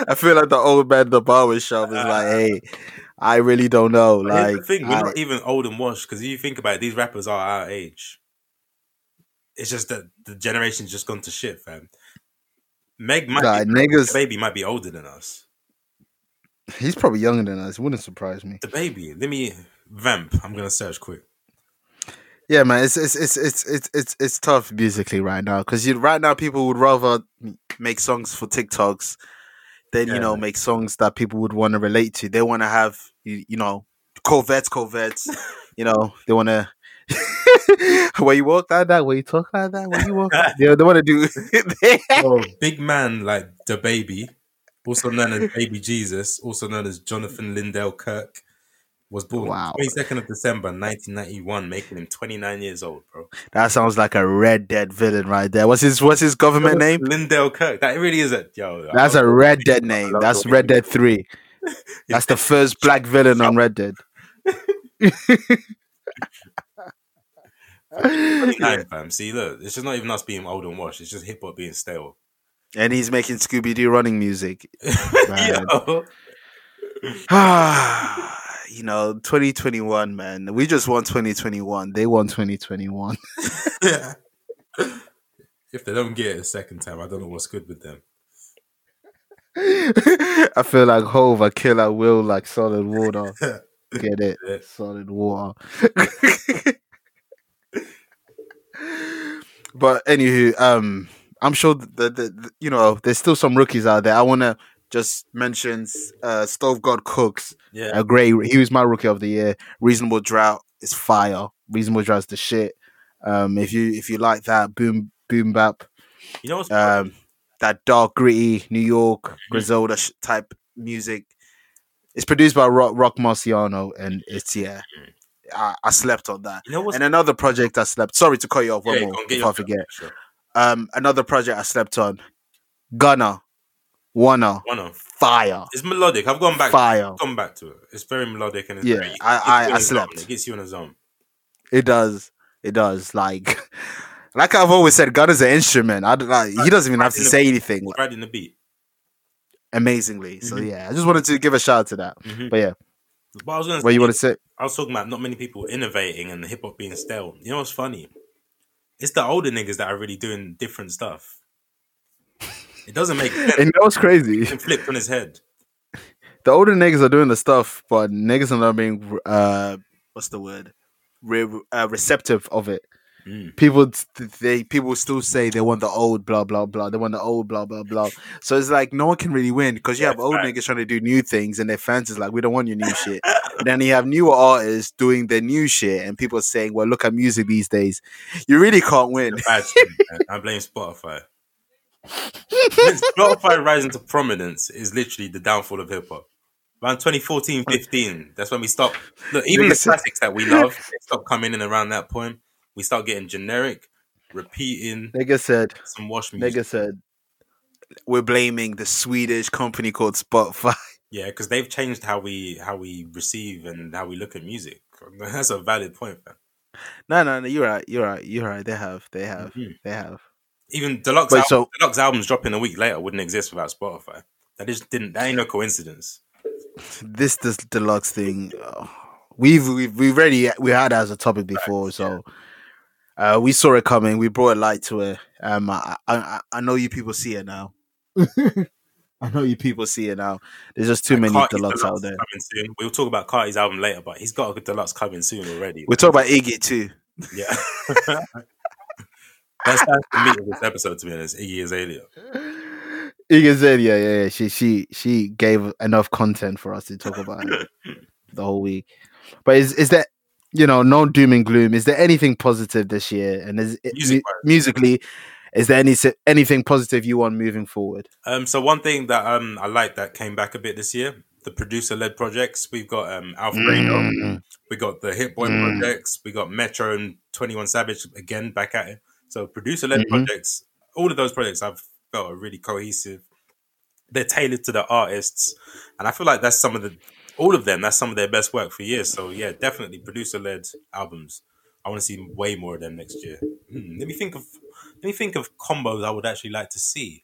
S2: I feel like the old man, in the barber shop is like, hey, I really don't know.
S1: But here's
S2: Like,
S1: the thing, we're
S2: I-
S1: not even old and washed because if you think about it, these rappers are our age. It's just that the generation's just gone to shit, fam. Meg might
S2: nah,
S1: be,
S2: niggas,
S1: baby might be older than us.
S2: he's probably younger than us. Wouldn't surprise me.
S1: The baby, let me vamp. I'm gonna search quick.
S2: Yeah, man, it's it's it's it's it's it's, it's tough musically right now because you right now people would rather make songs for TikToks than you
S1: Yeah,
S2: know
S1: man.
S2: make songs that people would want to relate to. They want to have you, you know Corvettes, Corvettes. you know they want to. where you walk like that, where you talk like that, where you walk, yeah, they want to do. Oh.
S1: big man like the baby, also known as Baby Jesus, also known as Jonathan Lindell Kirk, was born
S2: Wow.
S1: twenty second of December nineteen ninety one, making him twenty nine years old, bro.
S2: that sounds like a Red Dead villain right there. What's his What's his government name?
S1: Lindell Kirk. That really is a yo.
S2: That's a Red Dead name.
S1: love
S2: That's
S1: the
S2: Red Dead Three. That's the first black villain on Red Dead.
S1: Time, fam. See, look, it's just not even us being old and washed. It's just hip hop being stale.
S2: and he's making Scooby Doo running music. Man.
S1: Yo.
S2: you know, 2021, man. We just won 2021. They won 2021.
S1: if they don't get it a second time, I don't know what's good with them.
S2: I feel like Hove, I kill, I will, like solid water. Get it? Solid water. but anywho, um, I'm sure that, that, that- you know there's still some rookies out there. I want to just mention uh, Stove God Cooks.
S1: Yeah.
S2: A great, he was my rookie of the year. Reasonable Drought is fire. Reasonable Drought's the shit. Um, if you if you like that, boom boom bap
S1: You know what's
S2: um, that dark, gritty New York
S1: Mm-hmm.
S2: Griselda sh- type music. It's produced by Rock, Rock Marciano, and it's yeah, I, I slept on that.
S1: you know Mm-hmm. what's
S2: And another project I slept. Sorry to cut you off. One
S1: Yeah,
S2: more
S1: go on, get
S2: before I
S1: your-
S2: forget.
S1: Sure.
S2: Um, another project I slept on. Gunna, Wanna,
S1: One off.
S2: Fire,
S1: It's melodic. I've gone back.
S2: Fire.
S1: I've gone back to it. It's very melodic and it's
S2: Yeah,
S1: very,
S2: I-
S1: it gets you in
S2: I- I
S1: a zone.
S2: slept.
S1: It gets you in a zone.
S2: It does. It does. Like, like I've always said, Gunna's an instrument. I don't, like, he doesn't even have to say anything.
S1: Right in the beat.
S2: Amazingly. So
S1: Mhm.
S2: yeah, I just wanted to give a shout out to that.
S1: Mhm.
S2: But yeah,
S1: But I was gonna
S2: what
S1: say,
S2: you want to say?
S1: I was talking about not many people innovating and hip hop being stale. You know what's funny? It's the older niggas that are really doing different stuff. It doesn't make sense.
S2: And that was crazy.
S1: It flipped on his head.
S2: the older niggas are doing the stuff, but niggas are not being uh, what's the word, Re- uh, receptive of it.
S1: Mm.
S2: People, th- they people still say they want the old blah blah blah. They want the old blah blah blah. So it's like no one can really win because you
S1: Yeah,
S2: have old
S1: fact.
S2: niggas trying to do new things, and their fans is like, we don't want your new shit. And then you have newer artists doing their new shit, and people are saying, well, look at music these days. You really can't win.
S1: The bad shit, man. I blame Spotify. Since Spotify rising to prominence is literally the downfall of hip hop. Around 2014, 15, that's when we stop. Look, even the
S2: Nigga said-
S1: classics that we love, they stop coming in around that point. We start getting generic, repeating
S2: Nigga said,
S1: some wash music.
S2: nigga said, we're blaming the Swedish company called Spotify.
S1: Yeah, because they've changed how we how we receive and how we look at music. That's a valid point, man.
S2: No, no, no. You're right. You're right. You're right. They have. They have.
S1: Mhm.
S2: They have.
S1: Even deluxe
S2: Wait,
S1: album,
S2: so-
S1: deluxe albums dropping a week later wouldn't exist without Spotify. That just didn't. That ain't no coincidence.
S2: This this deluxe thing. uh, we've we've we've already we had it as a topic before, so uh, we saw it coming. We brought a light to it. Um, I I, I- I know you people see it now. I know you people see it now. There's just too many
S1: Carti's
S2: deluxe out
S1: deluxe
S2: there.
S1: coming soon. We'll talk about Carti's album later, but he's got a good deluxe coming soon already.
S2: We're talking about Iggy too.
S1: Yeah. That's, that's the meat of this episode, to be honest. Iggy Azalea.
S2: Iggy said, yeah, yeah, yeah. She she she gave enough content for us to talk about it the whole week. But is is there you know, no doom and gloom. Is there anything positive this year? And is it,
S1: Music-wise.
S2: mu- musically, is there any si- anything positive you want moving forward?
S1: Um, so one thing that um I like that came back a bit this year, the producer-led projects. We've got um Alfredo. We got the Hit Boy
S2: Mm.
S1: projects. We got Metro and Twenty One Savage again back at it. So producer led
S2: Mhm.
S1: projects. All of those projects I've felt are really cohesive. They're tailored to the artists, and I feel like that's some of the all of them. That's some of their best work for years. So yeah, definitely producer led albums. I want to see way more of them next year. Hmm, let me think of let me think of combos I would actually like to see.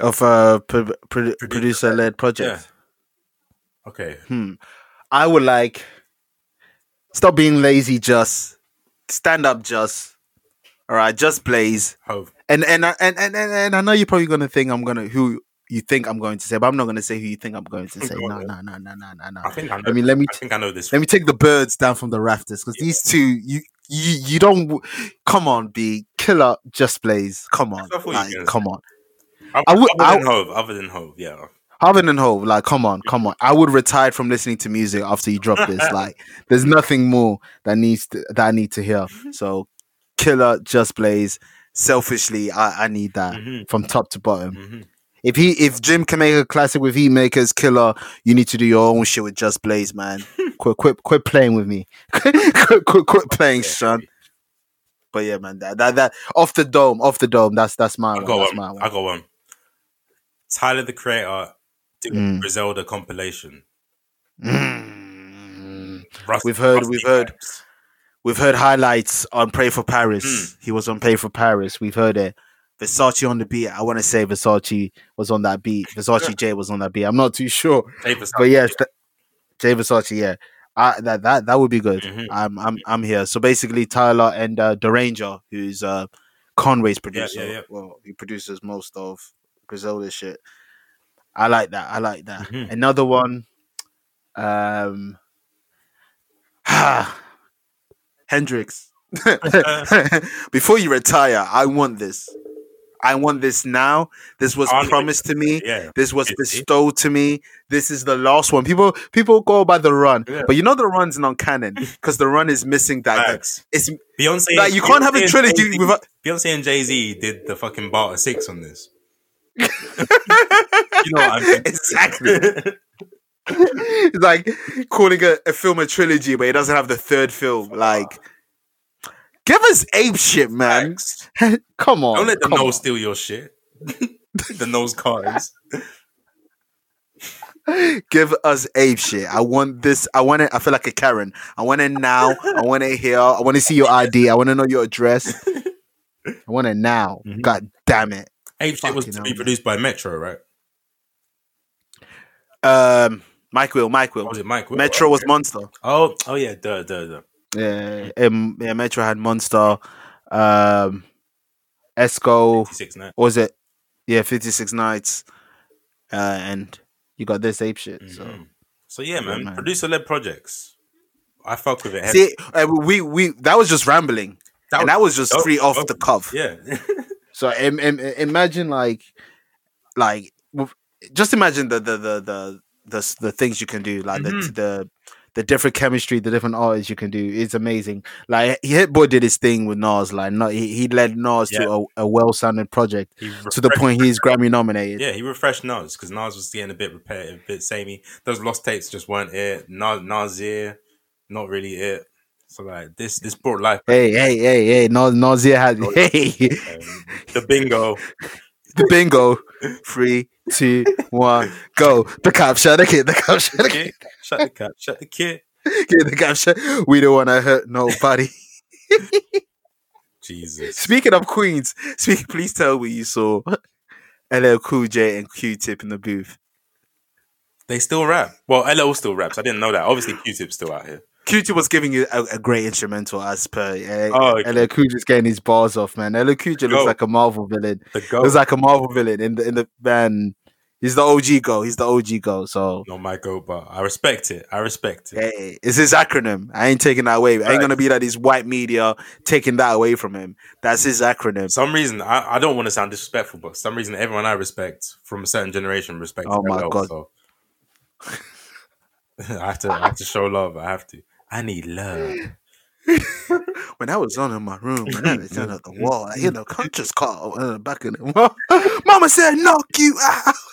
S2: Of uh, pro- pro- producer led projects.
S1: Yeah. Okay.
S2: Hmm. I would like stop being lazy. Just stand up. Just all right. Just blaze.
S1: Hove.
S2: And and I- and and and, and I know you're probably gonna think I'm gonna who you think I'm going to say, but I'm not gonna say who you think I'm going to say.
S1: Go
S2: No,
S1: on,
S2: no, no, no, no, no, no.
S1: I think I know.
S2: I mean, let me
S1: I think I know this.
S2: Let me take the birds down from the rafters because these two, you, you, you don't. w- Come on, B killer, just blaze. Come on,
S1: what I thought you were
S2: like,
S1: gonna
S2: come on. I
S1: other,
S2: would- I
S1: other
S2: would-
S1: than
S2: Oh,
S1: Hove. Other than Hove. Yeah.
S2: Harvin and Hove, like, come on, come on. I would retire from listening to music after you drop this. like, there's nothing more that needs to, that I need to hear.
S1: Mm-hmm.
S2: So, killer, just blaze. Selfishly, I, I need that
S1: Mhm.
S2: from top to bottom.
S1: hmm
S2: If he, if Jim can make a classic with Heat Makers Killer, you need to do your own shit with Just Blaze, man. quit, quit, quit playing with me. quit, quit, quit playing, son. But yeah, man, that that, that off the dome, off the dome. That's that's my
S1: I
S2: one.
S1: got
S2: That's
S1: one.
S2: my
S1: I
S2: one.
S1: got one. Tyler the Creator doing
S2: Mm.
S1: Griselda compilation.
S2: Mm.
S1: Rust-
S2: We've heard-
S1: rusty
S2: we've heard.
S1: vibes.
S2: We've heard highlights on Pray for Paris. He was on Pray for Paris. We've heard it. Versace on the beat. I want to say Versace was on that beat. Versace J was on that beat. I'm not too sure,
S1: Davis-
S2: but yes, that, Jay Versace. Yeah, I, that that that would be good.
S1: Mhm.
S2: I'm I'm I'm here. So basically, Tyler and uh, Deranger, who's uh, Conway's producer.
S1: yeah.
S2: Well, he produces most of Griselda's shit. I like that. I like that.
S1: Mhm.
S2: Another one. Um. Hendrix. Before you retire, I want this. I want this now. This was
S1: Arnold-
S2: promised to me.
S1: Yeah.
S2: This was
S1: Yeah.
S2: bestowed to me. This is the last one. People people go by the run,
S1: Yeah.
S2: but you know the run's not canon because the run is missing that.
S1: Facts.
S2: It's
S1: Beyonce.
S2: like you can't have
S1: Beyonce
S2: a
S1: and
S2: trilogy
S1: Jay-Z-
S2: without.
S1: Beyonce and Jay Z did the fucking barter six on this. you know what I mean?
S2: exactly. It's like calling a, a film a trilogy, but it doesn't have the third film. Like, give us ape shit, man.
S1: Facts.
S2: Come on.
S1: Don't let the
S2: come
S1: nose steal your shit. the nose cards.
S2: on. Give us ape shit. I want this. I want it. I feel like a Karen. I want it now. I want it here. I want to see your ID. I want to know your address. I want it now.
S1: Mhm.
S2: God damn it.
S1: Ape shit was
S2: Fucking
S1: to
S2: hell,
S1: be
S2: man.
S1: produced by Metro, right?
S2: Um, Mike will. Mike
S1: Or
S2: will.
S1: was it Mike? Will?
S2: Metro was monster.
S1: Oh, oh yeah, duh, duh, duh.
S2: Yeah, um, yeah. Metro had monster. Um, Esco.
S1: Six nine.
S2: What was it? Yeah, 56 nights. Uh, and you got this ape shit. So
S1: Mhm. So yeah, man,
S2: man.
S1: producer led projects. I fuck with it. heavy.
S2: see, uh, we we that was just rambling,
S1: That
S2: and
S1: was-
S2: that was just
S1: that was-
S2: free off
S1: that
S2: the cuff.
S1: yeah,
S2: So im- im- imagine like, like w- just imagine the the the the the, s- the things you can do, like the
S1: Mhm.
S2: the the different chemistry, the different artists you can do is amazing. Like Hitboy did his thing with Nas, like no, he, he led Nas to a, a well sounding project
S1: He
S2: to the
S1: refreshed-
S2: point he's Grammy nominated.
S1: Yeah, he refreshed Nas because Nas was getting a bit repetitive, a bit samey. Those lost tapes just weren't it. Nas, Nas ear, not really it. So like this, this brought life.
S2: Hey, hey, hey, hey, Nas, Nasir had hey,
S1: Um, the bingo,
S2: the bingo. Three, two, one, go. The cop shot the kid, the cop shot the kid,
S1: kid, shut the cat, shut the kid.
S2: the cop shot. We don't want to hurt nobody.
S1: Jesus,
S2: Speaking of Queens, speak, please tell me you saw LL Cool J and Q Tip in the booth.
S1: they still rap. Well, LL still raps. I didn't know that. Obviously, Q-Tip's still out here.
S2: Q Tip was giving you a, a great instrumental as per. Uh,
S1: Oh, okay.
S2: LL Cool J's getting his bars off, man. LL Cool J looks
S1: Go.
S2: like a Marvel villain.
S1: The go,
S2: Looks like a Marvel villain in the in the man. He's the OG go. He's the OG go. So
S1: no, my go, but I respect it. I respect it.
S2: Hey, it's his acronym. I ain't taking that away. I ain't
S1: Right.
S2: gonna be that his white media taking that away from him. That's his
S1: For
S2: acronym.
S1: some reason, I, I don't want to sound disrespectful, but for some reason, everyone I respect from a certain generation respects.
S2: Oh my
S1: LL,
S2: God.
S1: so. I have to, I have to show love. I have to. I need love.
S2: When I was on in my room, when I was on at the wall, I hear the conscious call in the back of the wall. Mama said, "Knock you out."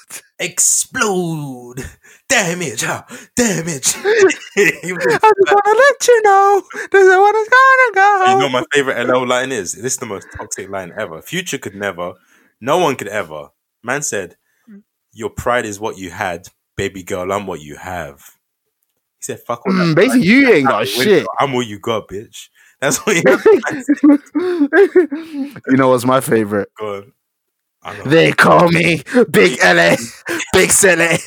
S1: Explode! Damage! Huh? Damage! you
S2: I just wanna let you know this is what it's gonna go.
S1: know my favorite LL line is. This is the most toxic line ever. Future could never. No one could ever. Man said, "Your pride is what you had, baby girl. I'm what you have." He said, "Fuck all that."
S2: Mm,
S1: pride.
S2: basically, you ain't
S1: I'm
S2: got
S1: with
S2: shit.
S1: you. I'm all you got, bitch. That's what you
S2: you know what's my favorite?
S1: got. I know.
S2: They call me Big LA, Big Silly,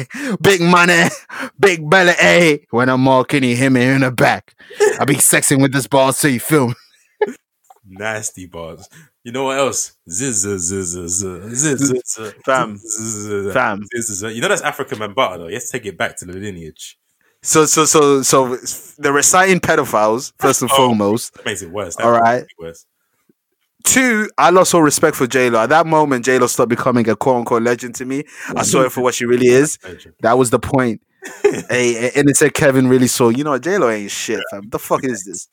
S2: Big Money, Big Belly A. When I'm all, can you hear me in the back? I be sexing with this ball, so you feel me.
S1: Nasty bars. You know what else? Ziz, ziz, ziz, ziz, ziz, ziz, ziz,
S2: Fam.
S1: ziz, ziz, ziz,
S2: Fam.
S1: ziz, ziz, ziz. You know that's African man butter though. You have to take it back to the lineage.
S2: So, so, so, so the reciting pedophiles, first and
S1: Oh.
S2: foremost.
S1: That makes it worse. That
S2: All right.
S1: makes it worse.
S2: Two, I lost all respect for J-Lo. At that moment, J-Lo started becoming a quote unquote legend to me. I saw her for what she really is.
S1: Legend.
S2: That was the point. hey, and it said Kevin really saw, you know, what, J-Lo ain't shit, fam. The fuck is this?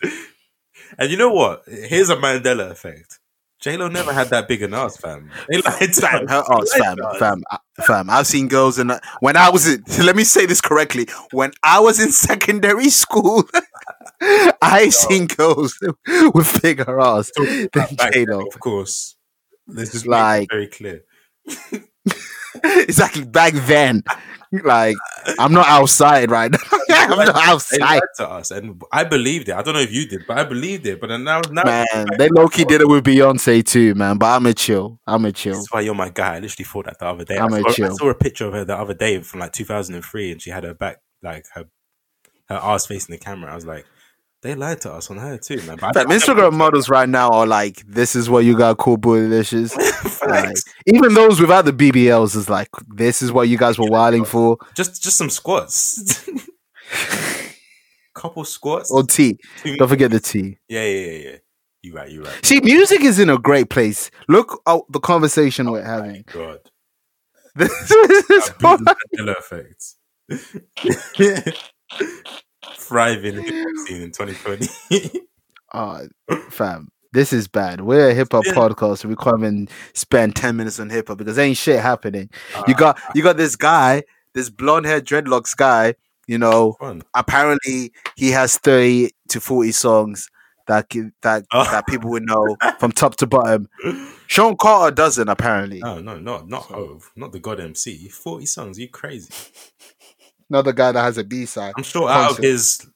S1: And you know what? Here's a Mandela effect. J Lo never had that big an ass, fam. They lied to
S2: fam,
S1: us.
S2: her ass,
S1: Like
S2: fam,
S1: that.
S2: fam, uh, fam. I've seen girls in uh, when I was in. Let me say this correctly. When I was in secondary school, I seen girls with bigger ass
S1: Talking
S2: than
S1: about back
S2: J
S1: then,
S2: Lo.
S1: Of course. This is
S2: Like-
S1: very clear.
S2: Exactly back then. like I'm not outside right now. I'm not
S1: They
S2: outside.
S1: lied to us, and I believed it. I don't know if you did, but I believed it. But then now, now
S2: Man, they low key did it with Beyonce too, man. But I'm a chill. I'm a
S1: This
S2: chill.
S1: is why you're my guy. I literally thought that the other day. i
S2: I'm a
S1: saw, I
S2: chill.
S1: saw a picture of her the other day from like 2003, and she had her back, like her her ass facing the camera. I was like, they lied to us on her too, man. But I-
S2: Fam, Instagram models right now are like, this is what you got, cool bootylicious. Like,
S1: Facts.
S2: even those without the BBLs is like, this is what you guys were wilding for.
S1: just just some squats, couple squats.
S2: Or T.
S1: Two-
S2: Don't forget the T.
S1: yeah, yeah, yeah, yeah. You right, you right.
S2: See, music is in a great place. Look at the conversation we're having.
S1: God,
S2: This is
S1: That Bruce Mandela effect. Thriving in the hip hop scene in 2020.
S2: uh, fam. This is bad. We're a hip hop
S1: Yeah.
S2: podcast. We can't even spend ten minutes on hip hop because ain't shit happening. You got
S1: Ah.
S2: you got this guy, this blonde haired dreadlocks guy. You know,
S1: Fun.
S2: apparently he has thirty to forty songs that ki- that
S1: Oh.
S2: that people would know from top to bottom. Sean Carter doesn't apparently.
S1: No, no, no, not Hove, not the God MC. 40 songs, you crazy.
S2: Another guy that has a B side.
S1: I'm sure out of
S2: Concert.
S1: his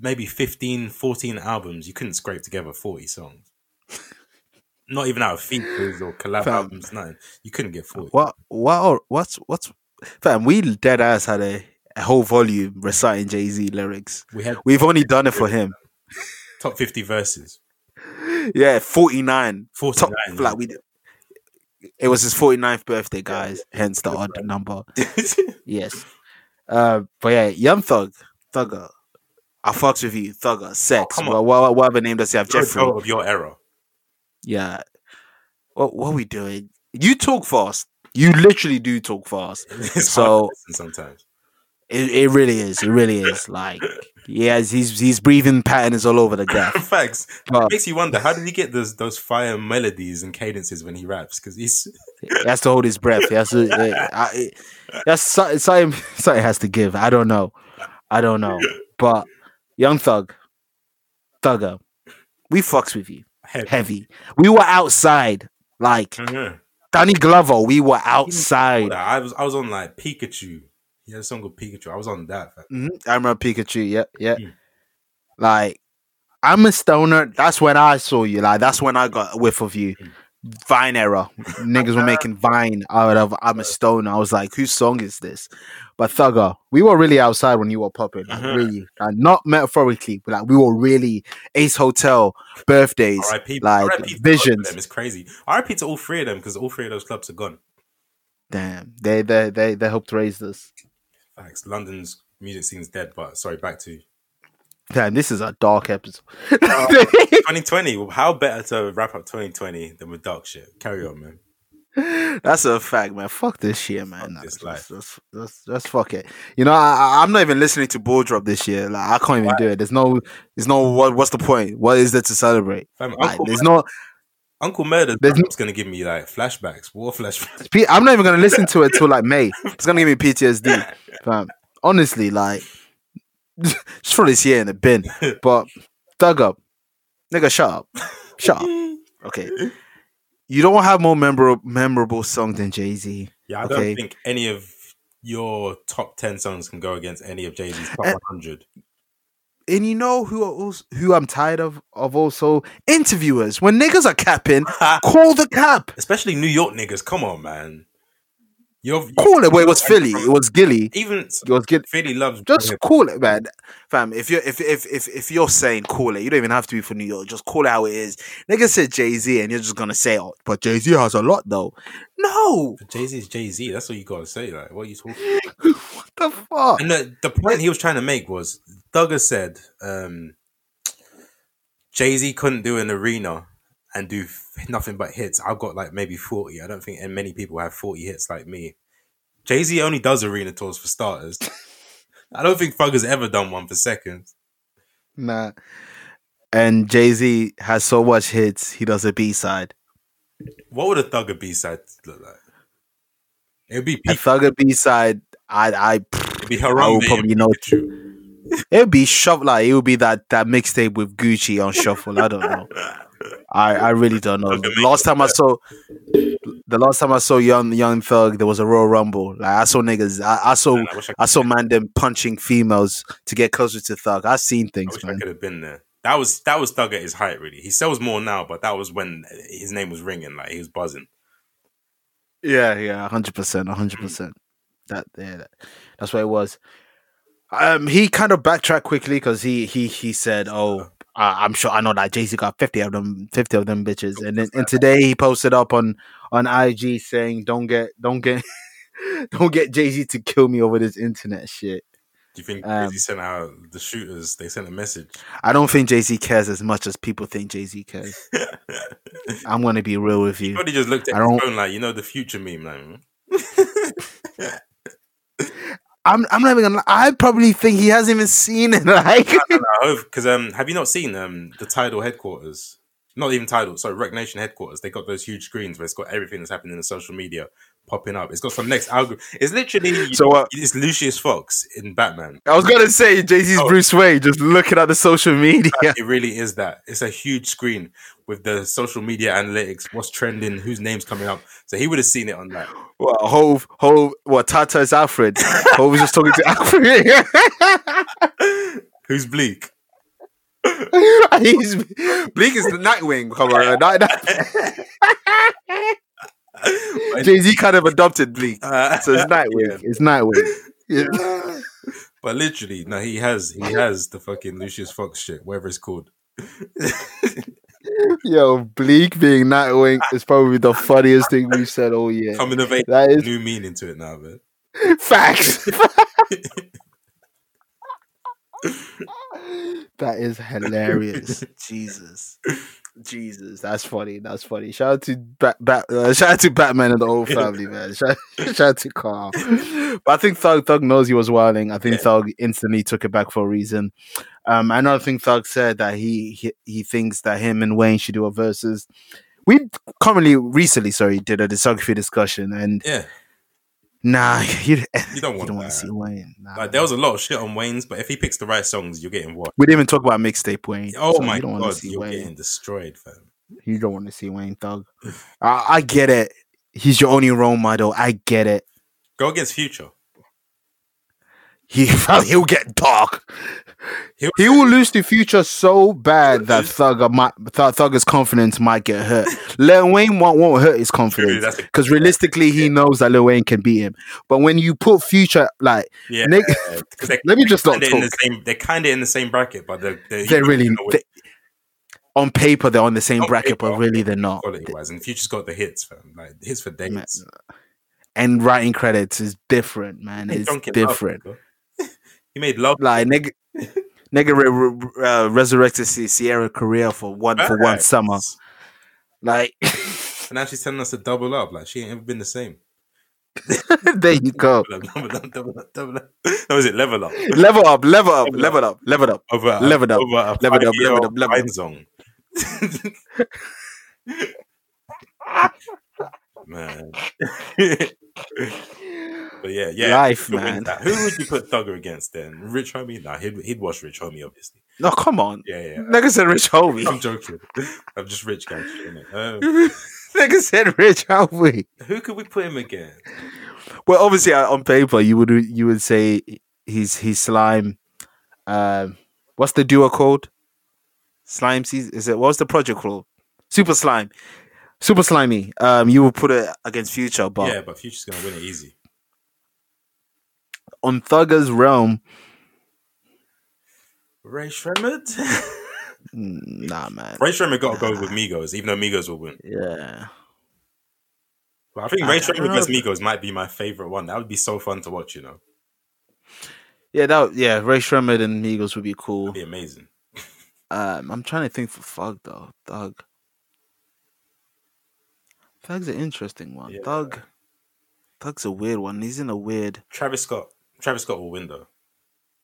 S1: maybe 15, 14 albums, you couldn't scrape together 40 songs. Not even out of features or collab
S2: Fam.
S1: albums, nothing. You couldn't get 40.
S2: What what what's what's fam? We dead ass had a, a whole volume reciting Jay Z lyrics.
S1: We had
S2: We've only done it for him.
S1: top 50 verses.
S2: Yeah, forty nine.
S1: 49.
S2: Top like we. It was his 49th birthday, guys. Hence the odd number. Yes. Uh, but yeah, Young Thug, Thugger. I fucks with you, Thugger. Sex.
S1: Oh, come on.
S2: well, what, what other name does he have?
S1: You're a
S2: Jeffrey.
S1: child of your era.
S2: Yeah. What what we doing? You talk fast. You literally do talk fast.
S1: It's
S2: So-
S1: hard to listen sometimes.
S2: It, it really is. It really is. Like, yeah, he's he's breathing patterns all over the gap.
S1: Facts.
S2: But
S1: It makes you wonder how did he get those those fire melodies and cadences when he raps? Because he's
S2: he has to hold his breath. He has to. eh, I, eh, that's so- something. Something has to give. I don't know. I don't know. But Young Thug, Thugger, we fucks with you
S1: heavy.
S2: heavy. We were outside, like
S1: Mhm.
S2: Danny Glover. We were
S1: Hold on,
S2: outside.
S1: I was I was on like Pikachu. He had a song called Pikachu. I was on that. fam.
S2: Mhm. I remember Pikachu. Yeah, yeah.
S1: Mm.
S2: Like I'm a stoner. That's when I saw you. Like that's when I got a whiff of you. Vine era. Niggas were making Vine out of I'm a stoner. I was like, whose song is this? But Thugger, we were really outside when you were popping. Like,
S1: Mhm.
S2: Really, like, not metaphorically, but like we were really Ace Hotel birthdays.
S1: RIP,
S2: like,
S1: RIP to both of
S2: visions.
S1: them. It's crazy. RIP to all three of them because all three of those clubs are gone.
S2: Damn, they they they they helped raise this.
S1: Facts. London's music scene's dead. But sorry, back to
S2: Damn, this is a dark episode.
S1: 2020. Well, How better to wrap up 2020 than with dark shit? Carry on, man.
S2: That's a fact, man. Fuck this shit, man. Nah,
S1: this life.
S2: let's- Let's, let's, let's fuck it. You know, I, I, I'm not even listening to Ball Drop this year. Like, I can't even do it. There's no, there's no. What, what's the point? What is there to celebrate?
S1: Fam,
S2: Like,
S1: Uncle,
S2: there's no.
S1: Uncle Murder's
S2: there's no-
S1: going to give me like flashbacks, war flashbacks.
S2: P- I'm not even gonna listen to it till like May. It's gonna give me PTSD, fam. Honestly, like, just throw this year in the bin. But dug up, nigga, shut up, shut up. Okay, you don't have more memorable memorable song than Jay Z.
S1: Yeah, I
S2: Okay.
S1: don't think any of your top 10 songs can go against any of Jay Z's top
S2: Eh.
S1: 100.
S2: and you know who als- who I'm tired of of also interviewers when niggas are capping, call the cap,
S1: Especially New York niggas. Come on, man. You're,
S2: call it. Well, it was Philly, it was Gilly,
S1: Even
S2: it was Gilly.
S1: Philly loves.
S2: Just call it, man, fam. If you're if if if if you're saying call it, you don't even have to be for New York. Just call it how it is. Niggas said Jay Z, and you're just gonna say, oh, but Jay Z has a lot though. No,
S1: Jay Z is Jay Z. That's what you gotta say. Like, what are you talking?
S2: what the fuck?
S1: And the, the point he was trying to make was Thugger said um, Jay Z couldn't do an arena and do f- nothing but hits. I've got like maybe 40. I don't think and many people have 40 hits like me. Jay Z only does arena tours for starters. I don't think Thugger's ever done one for seconds.
S2: Nah. And Jay Z has so much hits, he does a B side.
S1: What would a Thugger B side look like? It would be
S2: A
S1: people.
S2: Thugger B side, I I
S1: It'd be
S2: I will
S1: Harambe.
S2: probably know
S1: Pikachu.
S2: It'd be shuffle like it would be that that mixtape with Gucci on shuffle. I don't know. I I really don't know.
S1: Okay,
S2: Last time I saw, The last time I saw Young Young Thug, there was a Royal Rumble. Like I saw niggas, I, I saw
S1: Man, I wish I,
S2: I saw man them punching females to get closer to Thug. I've seen
S1: I
S2: things,
S1: wish I
S2: man.
S1: could have been there. That was that was Thug at his height, really. He sells more now, but that was when his name was ringing, like he was buzzing.
S2: Yeah, yeah, hundred percent, hundred percent. That yeah, that, that's what it was. Um, he kind of backtracked quickly because he he he said, "Oh, I, I'm sure I know that Jay Z got fifty of them, fifty of them bitches." And then and today he posted up on on IG saying, "Don't get, don't get." Don't get Jay Z to kill me over this internet shit.
S1: Do you think
S2: Um,
S1: he sent out the shooters? They sent a message.
S2: I don't think Jay Z cares as much as people think Jay Z cares. I'm gonna be real with you.
S1: Probably just looked at
S2: I
S1: his
S2: don't-
S1: phone like you know the future meme, like mm.
S2: I'm I'm not even gonna lie. I probably think he hasn't even seen it. Like
S1: because um, have you not seen um the Tidal headquarters? Not even Tidal, sorry, Rec Nation headquarters. They got those huge screens where it's got everything that's happening in social media popping up. It's got some next algorithm. It's literally
S2: so uh,
S1: it's Lucius Fox in Batman.
S2: I was gonna say Jay Z's
S1: Oh.
S2: Bruce Wayne just looking at the social media.
S1: It really is that. It's a huge screen with the social media analytics, what's trending, whose name's coming up. So he would have seen it on that.
S2: Well, Hove, Hove, what Tata is Alfred. Hove was just talking to Alfred.
S1: Who's Bleak?
S2: He's, Bleak is the Nightwing. Come on, night, Jay Z kind of adopted Bleak,
S1: Uh,
S2: so it's Nightwing. It's Nightwing. Yeah.
S1: but literally, no, he has he has the fucking Lucius Fox shit, whatever it's called.
S2: Yo, Bleak being Nightwing is probably the funniest thing we've said all year.
S1: Coming of age,
S2: That is
S1: new meaning to it now, man.
S2: Facts. that is hilarious. Jesus. Jesus, that's funny. That's funny. Shout out to Bat, Bat, uh, shout out to Batman and the whole family, man. Shout, shout out to Carl. But I think Thug Thug knows he was wilding. I think
S1: Yeah.
S2: Thug instantly took it back for a reason. Um, another thing Thug said that he, he he thinks that him and Wayne should do a versus. We commonly recently, sorry, did a discography discussion, and
S1: Yeah,
S2: nah, you
S1: you don't
S2: you
S1: want
S2: don't want
S1: that.
S2: to see Wayne. Nah.
S1: Like, there was a lot of shit on Wayne's, but if he picks the right songs, you're getting what?
S2: we didn't even talk about mixtape Wayne.
S1: Oh
S2: so
S1: my
S2: you don't wanna
S1: god,
S2: see
S1: you're
S2: Wayne.
S1: getting destroyed, fam.
S2: You don't want to see Wayne Thug. I, I get it. He's your only role model. I get it.
S1: Go against Future.
S2: He he'll get dark.
S1: He'll-
S2: He will lose the future so bad that
S1: lose-
S2: Thugger might Thug, Thugger's confidence might get hurt. Lil Wayne won't, won't hurt his
S1: True,
S2: confidence
S1: that's a,
S2: because realistically he knows that Lil Wayne can beat him. But when you put future like
S1: yeah,
S2: Nick-
S1: because they're
S2: let me just not
S1: kind of in
S2: talk.
S1: the same. They're kind of in the same bracket, but they're they're,
S2: They're really they, on paper they're on the same
S1: On
S2: bracket,
S1: paper,
S2: but really they're not.
S1: quality wise, and Future's got the hits, fam. Like hits for days.
S2: Man, And writing credits is different, man.
S1: He
S2: It's
S1: drunk in love,
S2: different.
S1: nigga. he made love.
S2: like nigga, nigga re- re- uh, resurrected Si- Sierra Korea for one for one
S1: Facts.
S2: summer. Like
S1: and now she's telling us to double up. Like she ain't ever been the same.
S2: there you go.
S1: Double up, double up, double up, double up. That was it. Level up.
S2: Level up, level up, level up, level up.
S1: Over,
S2: Level up,
S1: Over a
S2: level up,
S1: five-year-old
S2: level up, level up.
S1: friend zone. man. but yeah, yeah.
S2: Life,
S1: who would win
S2: man.
S1: that? Who would you put Thugger against then? Rich Homie? Nah, he'd, he'd watch Rich Homie, obviously.
S2: No, come on.
S1: Yeah, yeah.
S2: Nigga said rich homie.
S1: I'm joking. I'm just rich guy. shit, innit? Um,
S2: Nigga said rich homie.
S1: who could we put him against?
S2: Well, obviously uh, on paper you would you would say he's he's slime. Um, what's the duo called? Slime season is it? What's the project called? Super slime, super slimy. Um, you would put it against Future, but
S1: yeah, but Future's gonna win it easy.
S2: on Thugger's realm,
S1: Ray Shremmerd?
S2: mm, nah, man.
S1: Ray Shremmerd got to go with Migos, even though Migos will win.
S2: Yeah,
S1: But I think
S2: I-
S1: Ray
S2: I
S1: Shremmerd
S2: don't
S1: versus
S2: know.
S1: Migos might be my favorite one. That would be so fun to watch, you know.
S2: yeah, that would- yeah. Ray Shremmerd and Migos would be cool.
S1: It'd be amazing.
S2: Um, I'm trying to think for Thug though. Thug, Thug's an interesting one.
S1: Yeah.
S2: Thug, Thug's a weird one. He's in a weird.
S1: Travis Scott. Travis Scott will win though.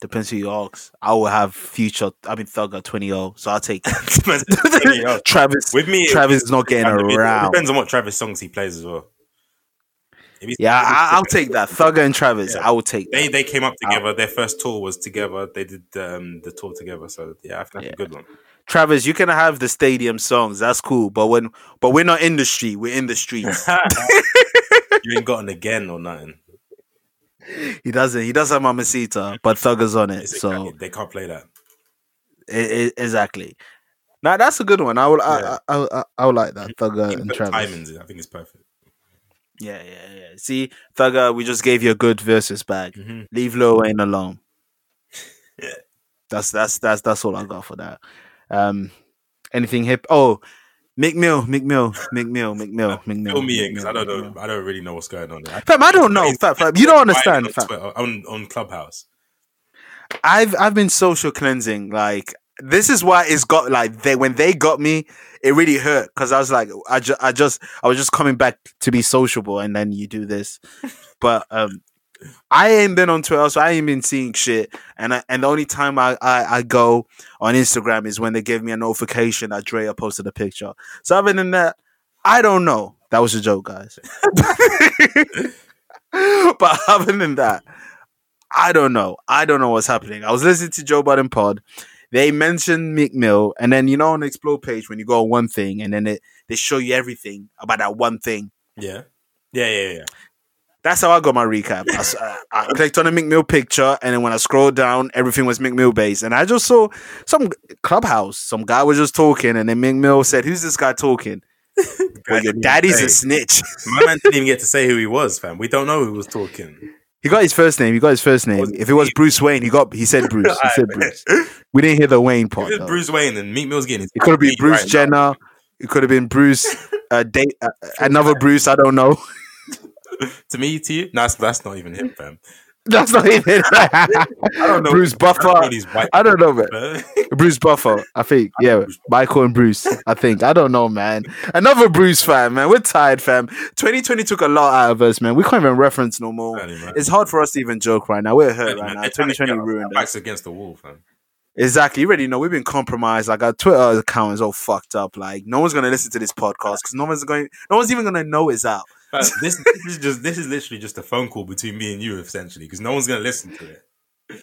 S2: Depends who you ask. I will have future. I mean, Thug at 20 0, so I'll take
S1: with
S2: Travis.
S1: me, it
S2: Travis is not getting
S1: depends- It
S2: around.
S1: depends on what Travis songs he plays as well. If he's-
S2: Yeah, I, I'll take that. Thugger and Travis,
S1: Yeah.
S2: I will take
S1: They
S2: that.
S1: they came up together. Their first tour was together. They did um, the tour together. So yeah, I think that's a good one.
S2: Travis, you can have the stadium songs. That's cool, but when but we're not industry. We're in the streets.
S1: you ain't gotten again or nothing.
S2: he doesn't. He does have Mamacita, but Thugger's on it.
S1: It's
S2: so uh,
S1: exactly- they can't play that.
S2: e- e- exactly. Now that's a good one. I will.
S1: Yeah.
S2: I, I, I, I would like that. Thugger
S1: Even
S2: and
S1: put
S2: Travis.
S1: timings in, I think it's perfect.
S2: Yeah, yeah, yeah. See, Thugger, we just gave you a good versus bag.
S1: Mhm.
S2: Leave Lil Wayne alone.
S1: Yeah.
S2: That's that's that's that's all I got for that. Um, anything hip? Oh, McMill, McMill, McMill, McMill, McMill.
S1: Fill me in because I don't
S2: McMill.
S1: know. I don't really know what's going on. There. I
S2: Fam, I don't know. Fam, fam, you don't
S1: find
S2: understand.
S1: it
S2: Fam.
S1: on, Twitter, on on Clubhouse.
S2: I've I've been social cleansing. Like this is why it's got like they when they got me, it really hurt because I was like I ju- I just I was just coming back to be sociable, and then you do this. But um, I ain't been on Twitter, so I ain't been seeing shit. And I, and the only time I, I I go on Instagram is when they give me a notification that Drea posted a picture. So other than that, I don't know. That was a joke, guys. but other than that, I don't know. I don't know what's happening. I was listening to Joe Budden Pod. They mentioned Meek Mill, and then you know on the Explore page when you go on one thing, and then it, they show you everything about that one thing.
S1: Yeah, yeah, yeah, yeah.
S2: That's how I got my recap. I, s- I- I clicked on the Meek Mill picture, and then when I scrolled down, everything was Meek Mill based, and I just saw some clubhouse. Some guy was just talking, and then Meek Mill said, "Who's this guy talking? Well, your daddy's a snitch."
S1: My man didn't even get to say who he was, fam. We don't know who was talking.
S2: He got his first name. He got his first name.
S1: Was it
S2: If it was Bruce Wayne, he got. He said Bruce. He said Bruce. We didn't hear the Wayne part.
S1: If it's
S2: though.
S1: Bruce Wayne and Meat Mill's getting his.
S2: It could have been
S1: beat
S2: Bruce
S1: right now.
S2: Jenner. It could have been Bruce. Uh, date uh, another Bruce. I don't know.
S1: To me, to you, no, that's, that's not even him, fam.
S2: That's not even. I
S1: don't know.
S2: Bruce
S1: All
S2: Buffer.
S1: these white.
S2: I don't know, man.
S1: man.
S2: Bruce Buffer. I think. Yeah, Michael and Bruce. I think. I don't know, man. Another Bruce fan, man. We're tired, fam. 2020 took a lot out of us, man. We can't even reference no more.
S1: Apparently, man.
S2: It's hard for us to even joke right now. We're hurt
S1: Apparently,
S2: right
S1: man.
S2: now.
S1: They're trying to
S2: 2020
S1: get our
S2: ruined us.
S1: Backs against the wall, fam.
S2: Exactly. You already know we've been compromised. Like our Twitter account is all fucked up. Like no one's gonna listen to this podcast because no one's going. No one's even gonna know it's out.
S1: Fam, this, this is just this is literally just a phone call between me and you, essentially, because no one's gonna listen to it.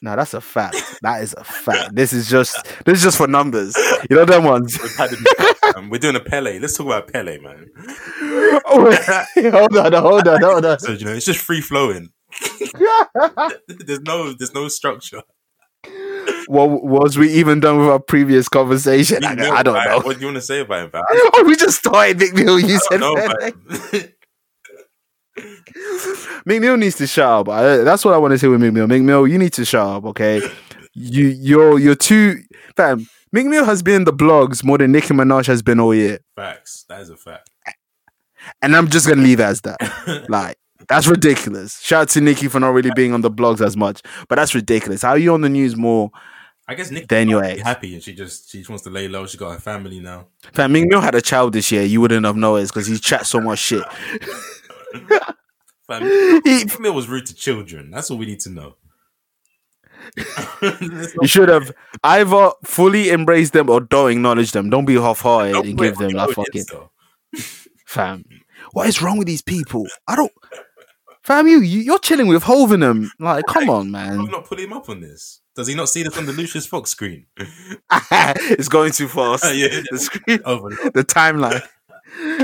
S2: No, that's a fact. That is a fact. This is just this is just for numbers. You know them ones.
S1: We've had it- um, we're doing a Pele. Let's talk about Pele, man.
S2: Oh, wait. hold on, hold on, hold on.
S1: So you know, it's just free flowing. There's no, there's no structure.
S2: What was we even done with our previous conversation? I, I don't
S1: Like,
S2: know.
S1: What do you want to say about him? fam? I
S2: Oh, we just started McNeil. You
S1: don't
S2: said
S1: know.
S2: that.
S1: fam.
S2: McNeil needs to shut up. I, that's what I want to say with McNeil. McNeil, you need to shut up, okay? You, you're, you're too fam. McNeil has been in the blogs more than Nicki Minaj has been all year,
S1: Facts. That is a fact.
S2: and I'm just gonna leave it as that. Like that's ridiculous. Shout out to Nikki for not really being on the blogs as much, but that's ridiculous. How are you on the news more
S1: I guess Nick
S2: than your
S1: is
S2: ex?
S1: happy and she just she just wants to lay low. She got her family now.
S2: Fam, Meek Mill had a child this year. You wouldn't have noticed because he chats so much shit.
S1: Family.
S2: He,
S1: Meal was rude to children. That's all we need to know.
S2: you should have either fully embraced them or don't acknowledge them. Don't be half-hearted
S1: Don't
S2: and
S1: put it
S2: give
S1: on
S2: them
S1: your
S2: like
S1: own
S2: fucking
S1: Insta.
S2: fam. What is wrong with these people? I don't. Fam, you, you you're chilling with Hovenham. Like, come on,
S1: I'm
S2: man.
S1: not pulling him up on this. Does he not see this on the Lucius Fox screen?
S2: it's going too fast.
S1: Yeah.
S2: The screen,
S1: Over
S2: the timeline.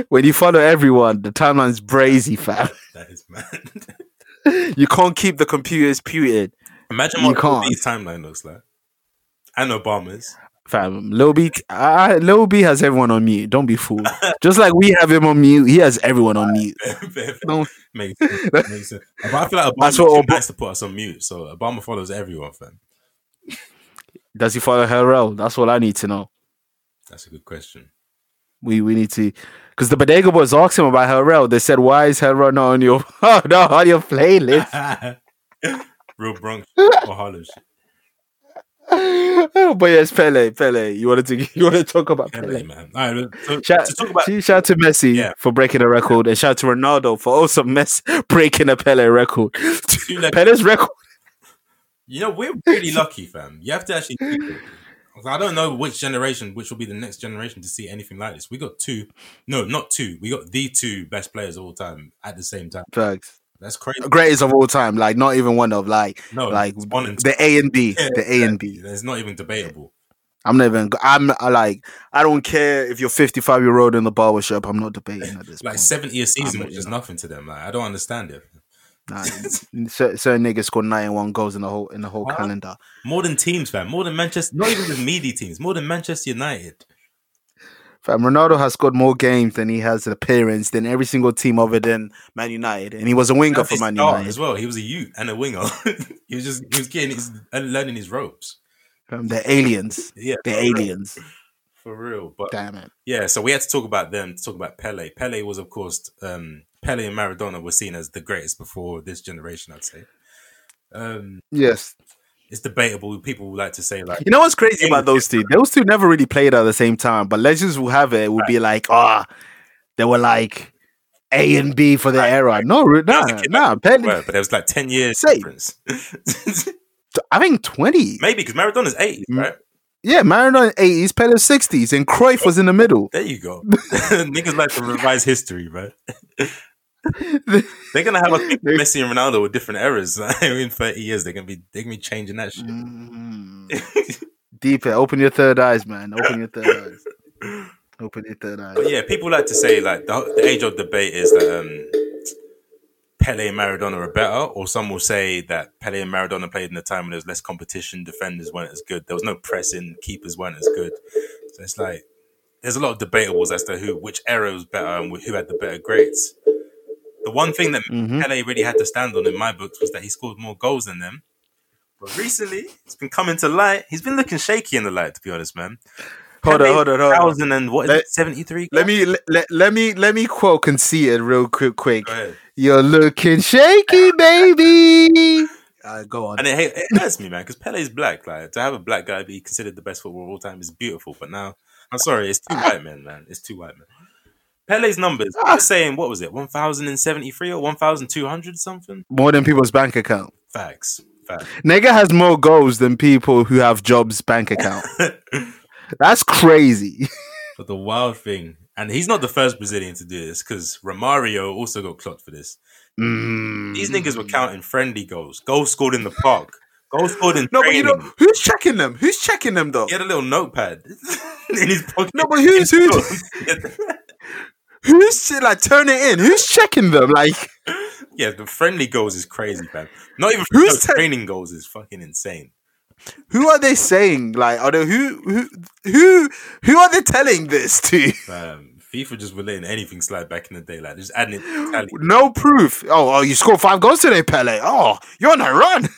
S2: When you follow everyone, the timeline's brazy, fam.
S1: that is mad.
S2: You can't keep the computers muted,
S1: Imagine
S2: You
S1: what
S2: can't.
S1: his timeline looks like. And Obama's.
S2: fam. Lil B, I, Lil B has everyone on mute. Don't be fooled. Just like we have him on mute, he has everyone on mute. Don't-
S1: makes, sense, makes sense. But I feel like Obama
S2: That's
S1: too
S2: what Ob-
S1: nice to put us on mute. So Obama follows everyone, fam.
S2: Does he follow Harrell? That's all I need to know.
S1: That's a good question.
S2: We we need to, because the Bodega Boys asked him about Harrell. They said, "Why is Harrell not on your not on your playlist?"
S1: Real Bronx or Harlem shit.
S2: but yes, Pele, Pele. You wanted to you want to talk about
S1: Pele,
S2: Pele?
S1: man. All right, so,
S2: Shout,
S1: to talk about
S2: see, shout out to Messi
S1: Yeah.
S2: for breaking a record, and shout out to Ronaldo for also mess breaking a Pele record.
S1: two left
S2: Pele's record.
S1: You know, we're really lucky, fam. You have to actually. think of it. I don't know which generation, which will be the next generation to see anything like this. We got two, no, not two. We got the two best players of all time at the same time.
S2: Facts.
S1: That's crazy.
S2: Greatest of all time, like not even one of like
S1: No,
S2: Uh, like
S1: Oh, it's one and two.
S2: the A and B,
S1: Yeah,
S2: the A and B.
S1: It's not even debatable.
S2: I'm not even. I'm I like. I don't care if you're 55 year old in the barber shop. I'm not debating at this
S1: Like
S2: point.
S1: seventy a season,
S2: I'm-
S1: which is nothing to them. Like, I don't understand it.
S2: Nah, certain, certain niggas scored 91 goals in the whole in the whole
S1: Huh?
S2: calendar.
S1: More than teams, man. More than Manchester. Not even just meaty teams. More than Manchester United.
S2: Fam, Ronaldo has scored more games than he has appearance than every single team other than Man United, and he was a winger
S1: And
S2: for
S1: his
S2: Man
S1: start
S2: United.
S1: as well. He was a youth and a winger. he was just he was getting his and learning his ropes.
S2: Fam, they're aliens.
S1: Yeah,
S2: They're aliens.
S1: for real. But
S2: Damn it.
S1: yeah, so we had to talk about them. To talk about Pele. Pele was, of course, um, Pele and Maradona were seen as the greatest before this generation. I'd say. Um,
S2: Yes.
S1: it's debatable. People like to say like
S2: You know what's crazy about those two? Those two never really played at the same time, but legends will have it. It will be like, ah, they were like A and B for their era. No, re- nah,
S1: That's a kid,
S2: nah. Pele,
S1: Well, but there was like 10 years
S2: Say.
S1: difference.
S2: I think twenty.
S1: Maybe because Maradona's 80,
S2: Mm.
S1: right?
S2: Yeah, Maradona eighties, Pele sixties, and Cruyff was in the middle.
S1: There you go. Niggas like to revise history, right? They're gonna have a Messi and Ronaldo with different errors. in 30 years, they're gonna be they're gonna be changing that shit.
S2: Mm. Deeper, open your third eyes, man. Open your third eyes. Open your third eyes.
S1: But yeah, people like to say like the, the age old debate is that um, Pele and Maradona are better, or some will say that Pele and Maradona played in a time when there was less competition, defenders weren't as good, there was no pressing, keepers weren't as good. So it's like there's a lot of debatables as to who which era was better and who had the better grades. The one thing that
S2: Mhm.
S1: Pele really had to stand on in my books was that he scored more goals than them. But recently, it's been coming to light. He's been looking shaky in the light, to be honest, man.
S2: Hold on,
S1: Pele,
S2: hold on, hold on.
S1: 1000 and what is
S2: Let-
S1: it, 73?
S2: Let me let, let- let me let me quote conceited real quick. Quick,
S1: Go ahead.
S2: you're looking shaky, baby. Uh, go on.
S1: And it, it hurts me, man, because Pele's black. Like to have a black guy be considered the best footballer of all time is beautiful. But now, I'm sorry, it's two white men, man. It's two white men. Pele's numbers.
S2: Ah.
S1: I was saying, what was it, 1,073 or 1,200 something?
S2: More than people's bank account.
S1: Facts. Facts.
S2: Nigga has more goals than people who have jobs bank account. That's crazy.
S1: But the wild thing, and he's not the first Brazilian to do this, because Romario also got clocked for this.
S2: Mm.
S1: These niggas were counting friendly goals, goals scored in the park, goals scored in
S2: No, but you
S1: training.
S2: know who's checking them? Who's checking them though?
S1: He had a little notepad in his pocket.
S2: No, but who's who's who's che- like turn it in? Who's checking them? Like
S1: Yeah, the friendly goals is crazy, man. Not even
S2: Who's
S1: no,
S2: ta-
S1: training goals is fucking insane.
S2: who are they saying? Like are they who who who who are they telling this to?
S1: Um, FIFA just were letting anything slide back in the day, like they're just adding it. To the tally.
S2: No proof. Oh, oh, you scored five goals today, Pele. Oh, you're on a run.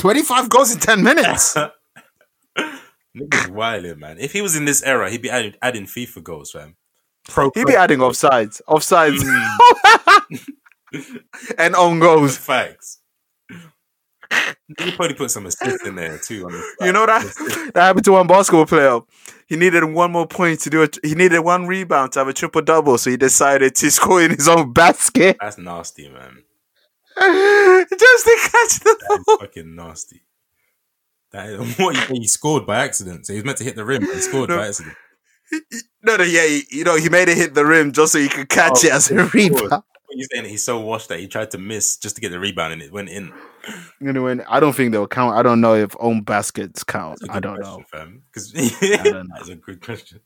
S2: Twenty-five goals in ten minutes.
S1: Niggas wilding, man. If he was in this era, he'd be adding, adding FIFA goals, fam. Pro,
S2: He'd be adding offsides, offsides, and on goals.
S1: facts. He probably put some assists in there too. On the
S2: You know that that happened to one basketball player. He needed one more point to do it. He needed one rebound to have a triple double, so he decided to score in his own basket
S1: that's nasty, man.
S2: just to catch the
S1: That is fucking nasty. That is, what he, he scored by accident. So he was meant to hit the rim, but he scored
S2: No.
S1: by accident.
S2: No, no, yeah, he- you know, he made it hit the rim just so he could catch
S1: Oh,
S2: it as a rebound.
S1: You're saying that he's so washed that he tried to miss just to get the rebound and it went in.
S2: Anyway, I don't think they'll count. I don't know if own baskets count. I don't know.
S1: Because
S2: don't know.
S1: that's a good question.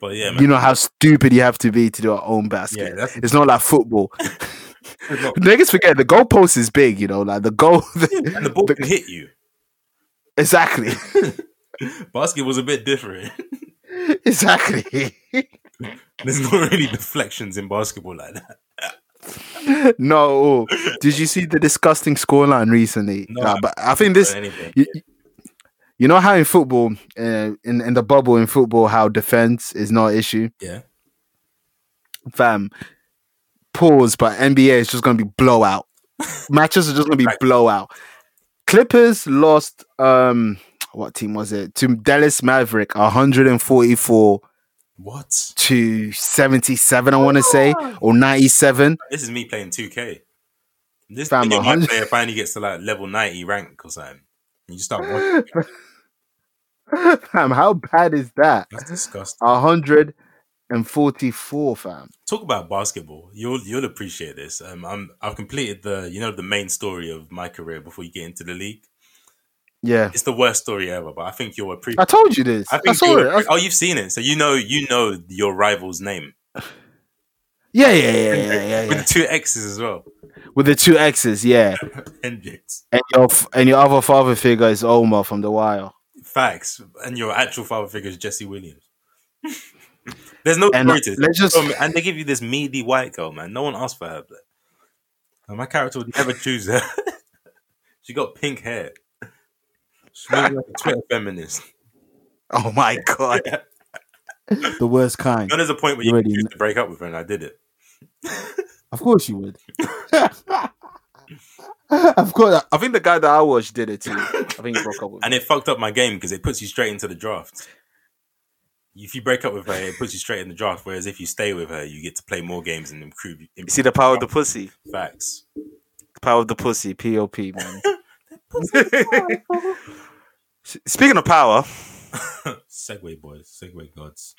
S1: But yeah, man.
S2: You know how stupid you have to be to do an own basket.
S1: yeah, that's
S2: It's not like football.
S1: it's not-
S2: Niggas forget the goalpost is big. You know, like the goal.
S1: and the ball can hit you.
S2: exactly,
S1: Basket was a bit different.
S2: exactly.
S1: There's not really deflections in basketball like that.
S2: No, did you see the disgusting scoreline recently?
S1: No,
S2: Uh,
S1: I-
S2: but I think this,
S1: Or anything.
S2: you, you know how in football, uh, in in the bubble in football, how defense is not an issue.
S1: Yeah.
S2: fam. Pause, but NBA is just gonna be blowout. Matches are just gonna be
S1: Right.
S2: blowout. Clippers lost. Um, what team was it? To Dallas Maverick, one hundred and forty-four
S1: What?
S2: to seventy-seven. I want to say
S1: Ah.
S2: or ninety-seven.
S1: This is me playing 2K. This
S2: Fam,
S1: video
S2: a
S1: my
S2: hundred-
S1: player finally gets to like level 90 rank or something. And you start watching.
S2: Fam, how bad is that?
S1: That's disgusting.
S2: hundred and forty-four, fam.
S1: talk about basketball. You'll you'll appreciate this. Um, I'm I've completed the you know the main story of my career before you get into the league.
S2: Yeah.
S1: It's the worst story ever, but I think you'll appreciate.
S2: I told you this.
S1: I
S2: I,
S1: think
S2: saw
S1: you'll
S2: it.
S1: appre-
S2: I-
S1: oh, you've seen it, so you know you know your rival's name
S2: yeah, yeah, yeah, yeah, yeah,
S1: with
S2: yeah.
S1: the two X's as well.
S2: With the two X's, yeah.
S1: Hendrix.
S2: And your f- and your other father figure is Omar from The Wire.
S1: Facts, and your actual father figure is Jesse Williams. There's no
S2: And uh,
S1: priorities.
S2: let's just-
S1: Oh, man, and they give you this meaty white girl, man. No one asked for her. But... And my character would never choose her. she got pink hair. She looks like a Twitter feminist.
S2: Oh my god, the worst kind.
S1: You know, there's a point where you can
S2: You already
S1: choose
S2: kn-
S1: to break up with her, and I did it.
S2: Of course you would. of course, I think the guy that I watched did it too. I think he broke up with.
S1: And it fucked up my game because it puts you straight into the draft. If you break up with her, it puts you straight in the draft. Whereas if you stay with her, you get to play more games and improve.
S2: You see the power of the pussy.
S1: facts.
S2: The power of the pussy. Pop man. S- Speaking of power,
S1: Segway boys, Segway gods.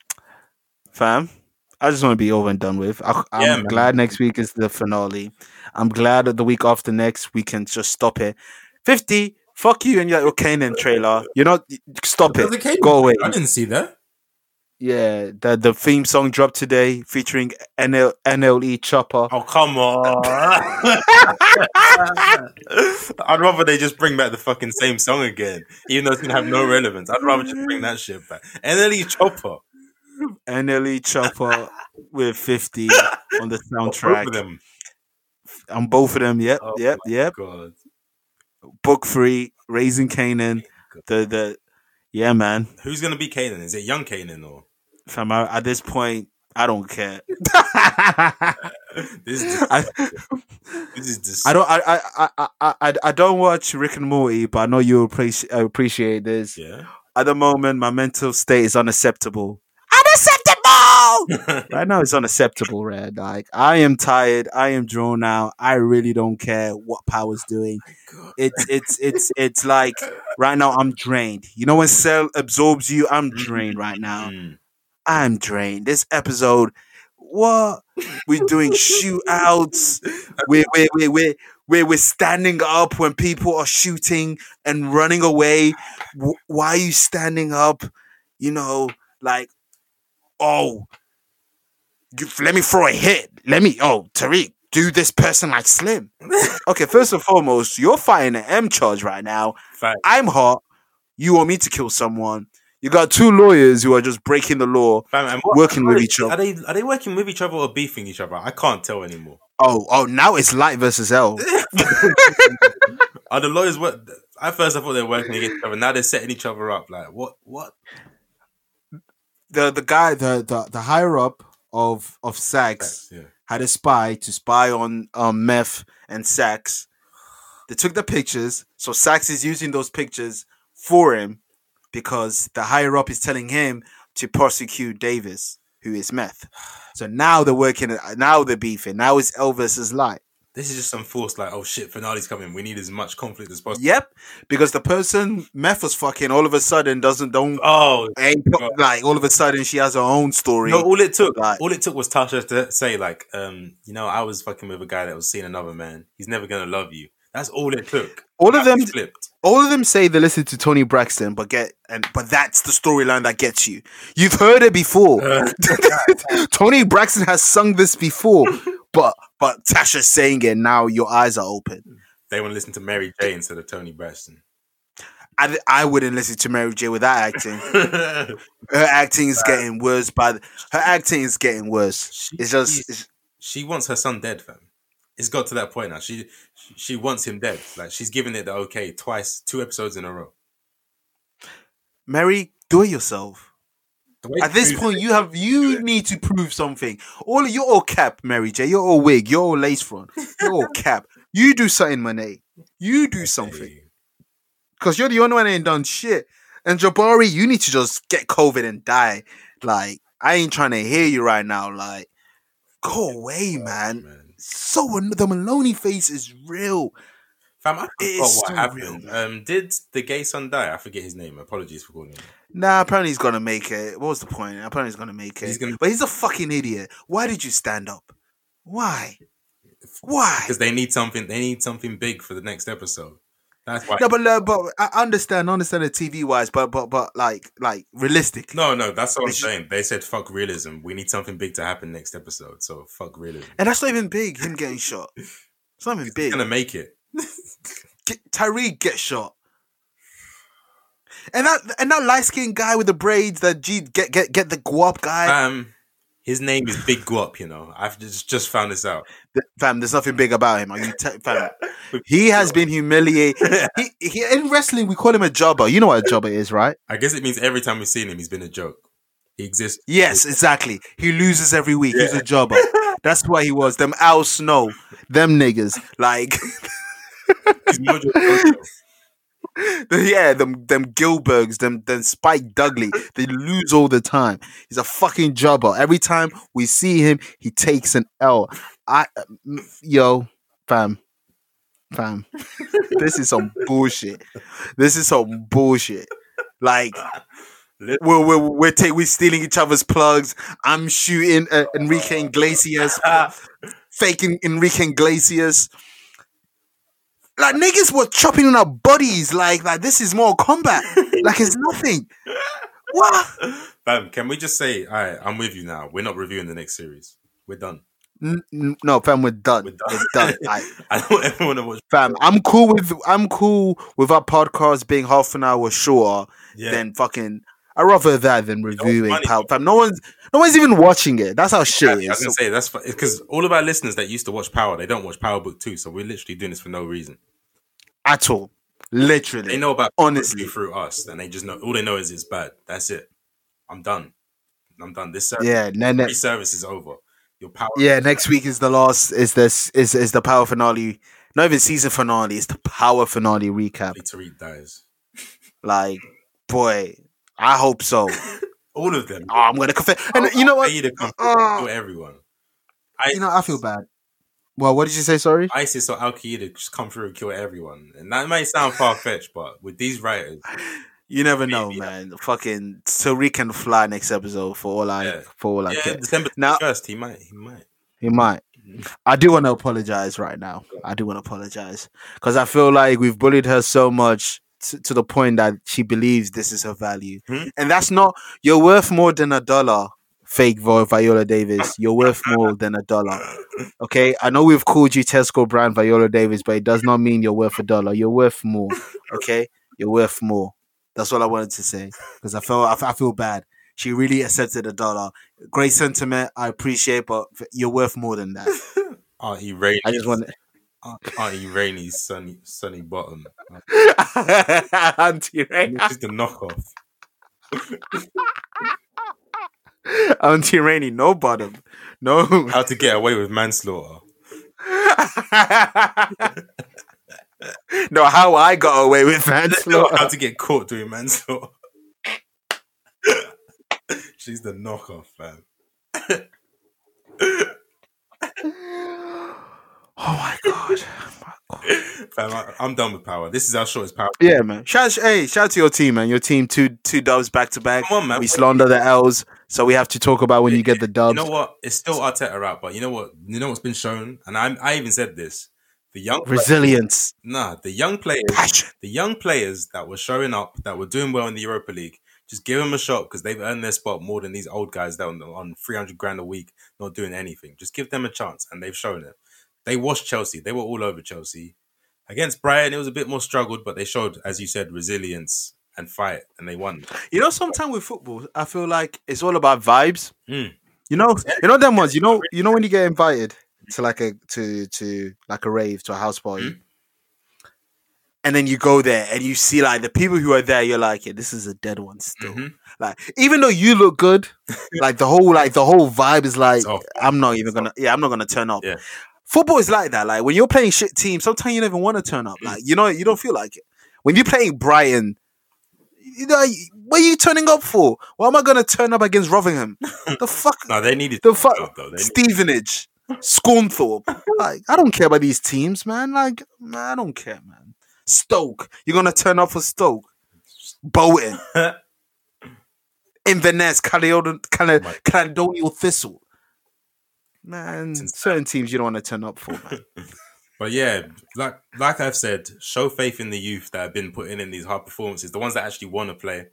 S2: fam. I just want to be over and done with. I, I'm
S1: Yeah, man.
S2: glad next week is the finale. I'm glad that the week after next we can just stop it. Fifty, fuck you and your Kanan trailer. You're not. Stop it. Go away.
S1: I didn't see that.
S2: Yeah, the the theme song dropped today featuring NL, NLE E Chopper.
S1: Oh come on! I'd rather they just bring back the fucking same song again, even though it's gonna have no relevance. I'd rather just bring that shit back. NLE Chopper,
S2: NLE E Chopper with 50 on the
S1: both of
S2: soundtrack.
S1: them.
S2: On both of them, yep,
S1: Oh
S2: yep, yep.
S1: God,
S2: Book Free, Raising Canaan, the the yeah, man.
S1: who's gonna be Kanan? Is it young Kanan or
S2: Fam, I, at this point, I don't care.
S1: this? Is dis-
S2: I,
S1: this is dis-
S2: I don't I, I, I, I, I I don't watch Rick and Morty, but I know you appreciate appreciate this.
S1: Yeah.
S2: At the moment, my mental state is unacceptable. Unacceptable! right now it's unacceptable, Red. Like I am tired, I am drawn out. I really don't care what power's doing. It's it's it's it's like right now I'm drained. You know when Cell absorbs you, I'm drained right now.
S1: Mm.
S2: I'm drained. This episode, what we're doing shootouts. We're we're we're we're we're, we're standing up when people are shooting and running away. W- why are you standing up? You know, like, oh, you, let me throw a hit. Let me, oh, Tariq, do this person like Slim. okay, first and foremost, you're fighting an M charge right now.
S1: Fact.
S2: I'm hot. You want me to kill someone. You got two lawyers who are just breaking the law.
S1: Fam, and what-
S2: Working with
S1: are they-
S2: each other.
S1: Are they are they working with each other or beefing each other? I can't tell anymore.
S2: Oh, oh, now it's light versus L.
S1: Are the lawyers what? At first, I thought they were working against each other. Now they're setting each other up. Like what? What?
S2: the the guy, the the, the higher up of of Sax
S1: Yeah.
S2: had a spy to spy on um, Meth and Sax. They took the pictures, so Sax is using those pictures for him because the higher up is telling him to prosecute Davis, who is Meth. So now they're working. Now they're beefing. Now it's L versus Light.
S1: This is just some force. Like oh shit, finale's coming. We need as much conflict as possible.
S2: Yep, because the person Meth was fucking all of a sudden doesn't don't
S1: Oh
S2: ain't
S1: God.
S2: like all of a sudden she has her own story.
S1: no! Oh, All it took,
S2: Like-
S1: all it took was Tasha to say like, um, you know, I was fucking with a guy that was seeing another man. He's never gonna love you. That's all it took.
S2: all of them,
S1: That's flipped.
S2: all of them say they listen to Tony Braxton, but get and but that's the storyline that gets you. You've heard it before.
S1: Uh,
S2: Tony Braxton has sung this before, but but Tasha's saying it now. Your eyes are open.
S1: they want to listen to Mary J instead of Tony Braxton.
S2: I, I wouldn't listen to Mary J with that acting. Her acting is getting worse. By the, her acting is getting worse. It's just it's,
S1: she wants her son dead, fam. It's got to that point now. She she wants him dead. Like she's given it the okay twice, two episodes in a row.
S2: Mary. Do it yourself.
S1: The way
S2: At this
S1: she-
S2: point, you have you need to prove something. All you're all cap, Mary J. You're all wig. You're all lace front. You're all cap. You do something, Monet. You do something because you're the only one that ain't done shit. And Jabari, you need to just get COVID and die. Like I ain't trying to hear you right now. Like go away, man.
S1: man.
S2: So an- the Maloney face is real.
S1: Fam, I
S2: It
S1: forgot
S2: is
S1: what
S2: so
S1: happened.
S2: real,
S1: um, did the gay son die? I forget his name. Apologies for calling him.
S2: Nah, apparently he's gonna make it. What was the point? Apparently he's gonna make it.
S1: He's gonna-
S2: But he's a fucking idiot. Why did you stand up? Why? Why?
S1: Because they need something. They need something big for the next episode. That's why.
S2: No, but uh, but I understand, I understand the TV wise, but but but like like realistic.
S1: No, no, that's what I'm
S2: It's just-
S1: saying. They said fuck realism. We need something big to happen next episode. So fuck realism.
S2: And that's not even big. Him getting shot. It's not even
S1: He's
S2: big.
S1: gonna make it.
S2: Get, Tyreek gets shot. And that and that light skinned guy with the braids that G get get get the guap guy.
S1: Um, his name is Big Guap. You know, I've just just found this out.
S2: Th- fam, there's nothing big about him. Are you te- fam? He has been humiliated. he, he, in wrestling, we call him a jobber. You know what a jobber is, right?
S1: I guess it means every time we've seen him, he's been a joke. He exists.
S2: Yes, exactly. He loses every week. He's a jobber. That's what he was. Them Al Snow, them niggas. Like,
S1: He's Mojo Jojo.
S2: yeah, them them Gilbergs, them them Spike Dudley. They lose all the time. He's a fucking jobber. Every time we see him, he takes an L. I, m- yo, fam, fam, this is some bullshit. This is some bullshit. Like.
S1: Lit-
S2: We're we're we're, ta- we're stealing each other's plugs. I'm shooting uh, Enrique Iglesias, faking Enrique Iglesias. Like niggas were chopping on our bodies. Like like this is more combat. like it's nothing. What?
S1: Fam, can we just say, all right, I'm with you now. We're not reviewing the next series. We're done.
S2: N- n- no, fam, we're done.
S1: We're
S2: We're
S1: done.
S2: done. Like,
S1: I don't ever want to watch.
S2: fam, I'm cool with I'm cool with our podcast being half an hour shorter
S1: Yeah,
S2: than fucking. I rather that than
S1: what's
S2: reviewing.
S1: funny-
S2: Pal- fam, no one's no one's even watching it. That's how shit
S1: I was
S2: it
S1: gonna
S2: is.
S1: say that's because all of our listeners that used to watch Power, they don't watch Power Book Two, so we're literally doing this for no reason.
S2: at all.
S1: They
S2: Literally,
S1: know about
S2: honestly.
S1: through us, and they just know all they know is it's bad. That's it. I'm done. I'm done. This service,
S2: Yeah, ne- ne-
S1: free service is over. Your power.
S2: yeah. Next week is the last. Is this is is the power finale? Not even season finale. It's the power finale recap.
S1: Tariq dies.
S2: Like, boy, I hope so.
S1: All of them.
S2: Oh, I'm gonna confess. And you know what?
S1: They either come
S2: Uh,
S1: kill everyone.
S2: you know, I feel bad. Well, what did you say? Sorry.
S1: ISIS or Al Qaeda just come through and kill everyone, and that may sound far fetched, but with these writers,
S2: You never know,
S1: Maybe.
S2: man. uh, Fucking Tariq can fly next episode for all I
S1: Yeah.
S2: for all I
S1: yeah,
S2: care.
S1: December
S2: Now-
S1: first, he might, he might.
S2: He might.
S1: Mhm.
S2: I do want to apologize right now. I do want to apologize because I feel like we've bullied her so much t- to the point that she believes this is her value,
S1: Mhm.
S2: and that's not. You're worth more than a dollar, fake Vi- Viola Davis. You're worth more than a dollar. Okay, I know we've called you Tesco brand Viola Davis, but it does not mean you're worth a dollar. You're worth more. Okay, you're worth more. That's all I wanted to say because I feel I, f- I feel bad. She really accepted a dollar. Great sentiment, I appreciate, but f- you're worth more than that.
S1: Auntie Rainey,
S2: I just want
S1: Auntie Rainey's sunny, sunny bottom.
S2: to Auntie Rainy.
S1: This is the knockoff.
S2: Auntie Rainy, no bottom, no.
S1: How to get away with manslaughter?
S2: no, how I got away with
S1: How
S2: manslaughter.
S1: to get caught doing manslaughter? She's the knockoff, fam.
S2: Oh my god. Oh my God.
S1: Fam, I, I'm done with power. This is our shortest power.
S2: Yeah, man. Shout, hey, shout out to your team, man. Your team two two dubs back to back.
S1: Come on, man.
S2: We slander the L's, so we have to talk about when you get the
S1: You
S2: dubs.
S1: know what? It's still Arteta out, but you know what? You know what's been shown, and I, I even said this: the young,
S2: Resilience,
S1: nah, the young players,
S2: passion.
S1: the young players that were showing up, that were doing well in the Europa League, just give them a shot because they've earned their spot more than these old guys that are on 300 grand a week, not doing anything. Just give them a chance, and they've shown it. They washed Chelsea. They were all over Chelsea. Against Brighton, it was a bit more struggled, but they showed, as you said, resilience and fight, and they won.
S2: You know, sometimes with football, I feel like it's all about vibes.
S1: Mm.
S2: You know, you know them ones. You know, you know when you get invited to like a to to like a rave to a house party, and then you go there and you see like the people who are there. You're like, yeah, this is a dead one still.
S1: Mhm.
S2: Like, even though you look good, like the whole like the whole vibe is like,
S1: It's off.
S2: I'm not even gonna. Yeah, I'm not gonna turn up.
S1: Yeah.
S2: Football is like that. Like when you're playing shit teams, sometimes you don't even want to turn up. Like you know, you don't feel like it. When you're playing Brighton, you know, what are you turning up for? Why am I gonna turn up against Rotherham? the fuck,
S1: No, they needed
S2: the fuck,
S1: help, though. They needed-
S2: Stevenage, Scornthorpe. Like I don't care about these teams, man. Like man, I don't care, man. Stoke, you're gonna turn up for Stoke, Bolton, Inverness, Caledon- Cal-
S1: My-
S2: Caledonial Thistle. Man,
S1: Since-
S2: certain teams you don't want to turn up for, man.
S1: But yeah, like like I've said, show faith in the youth that have been putting in these hard performances, the ones that actually want to play,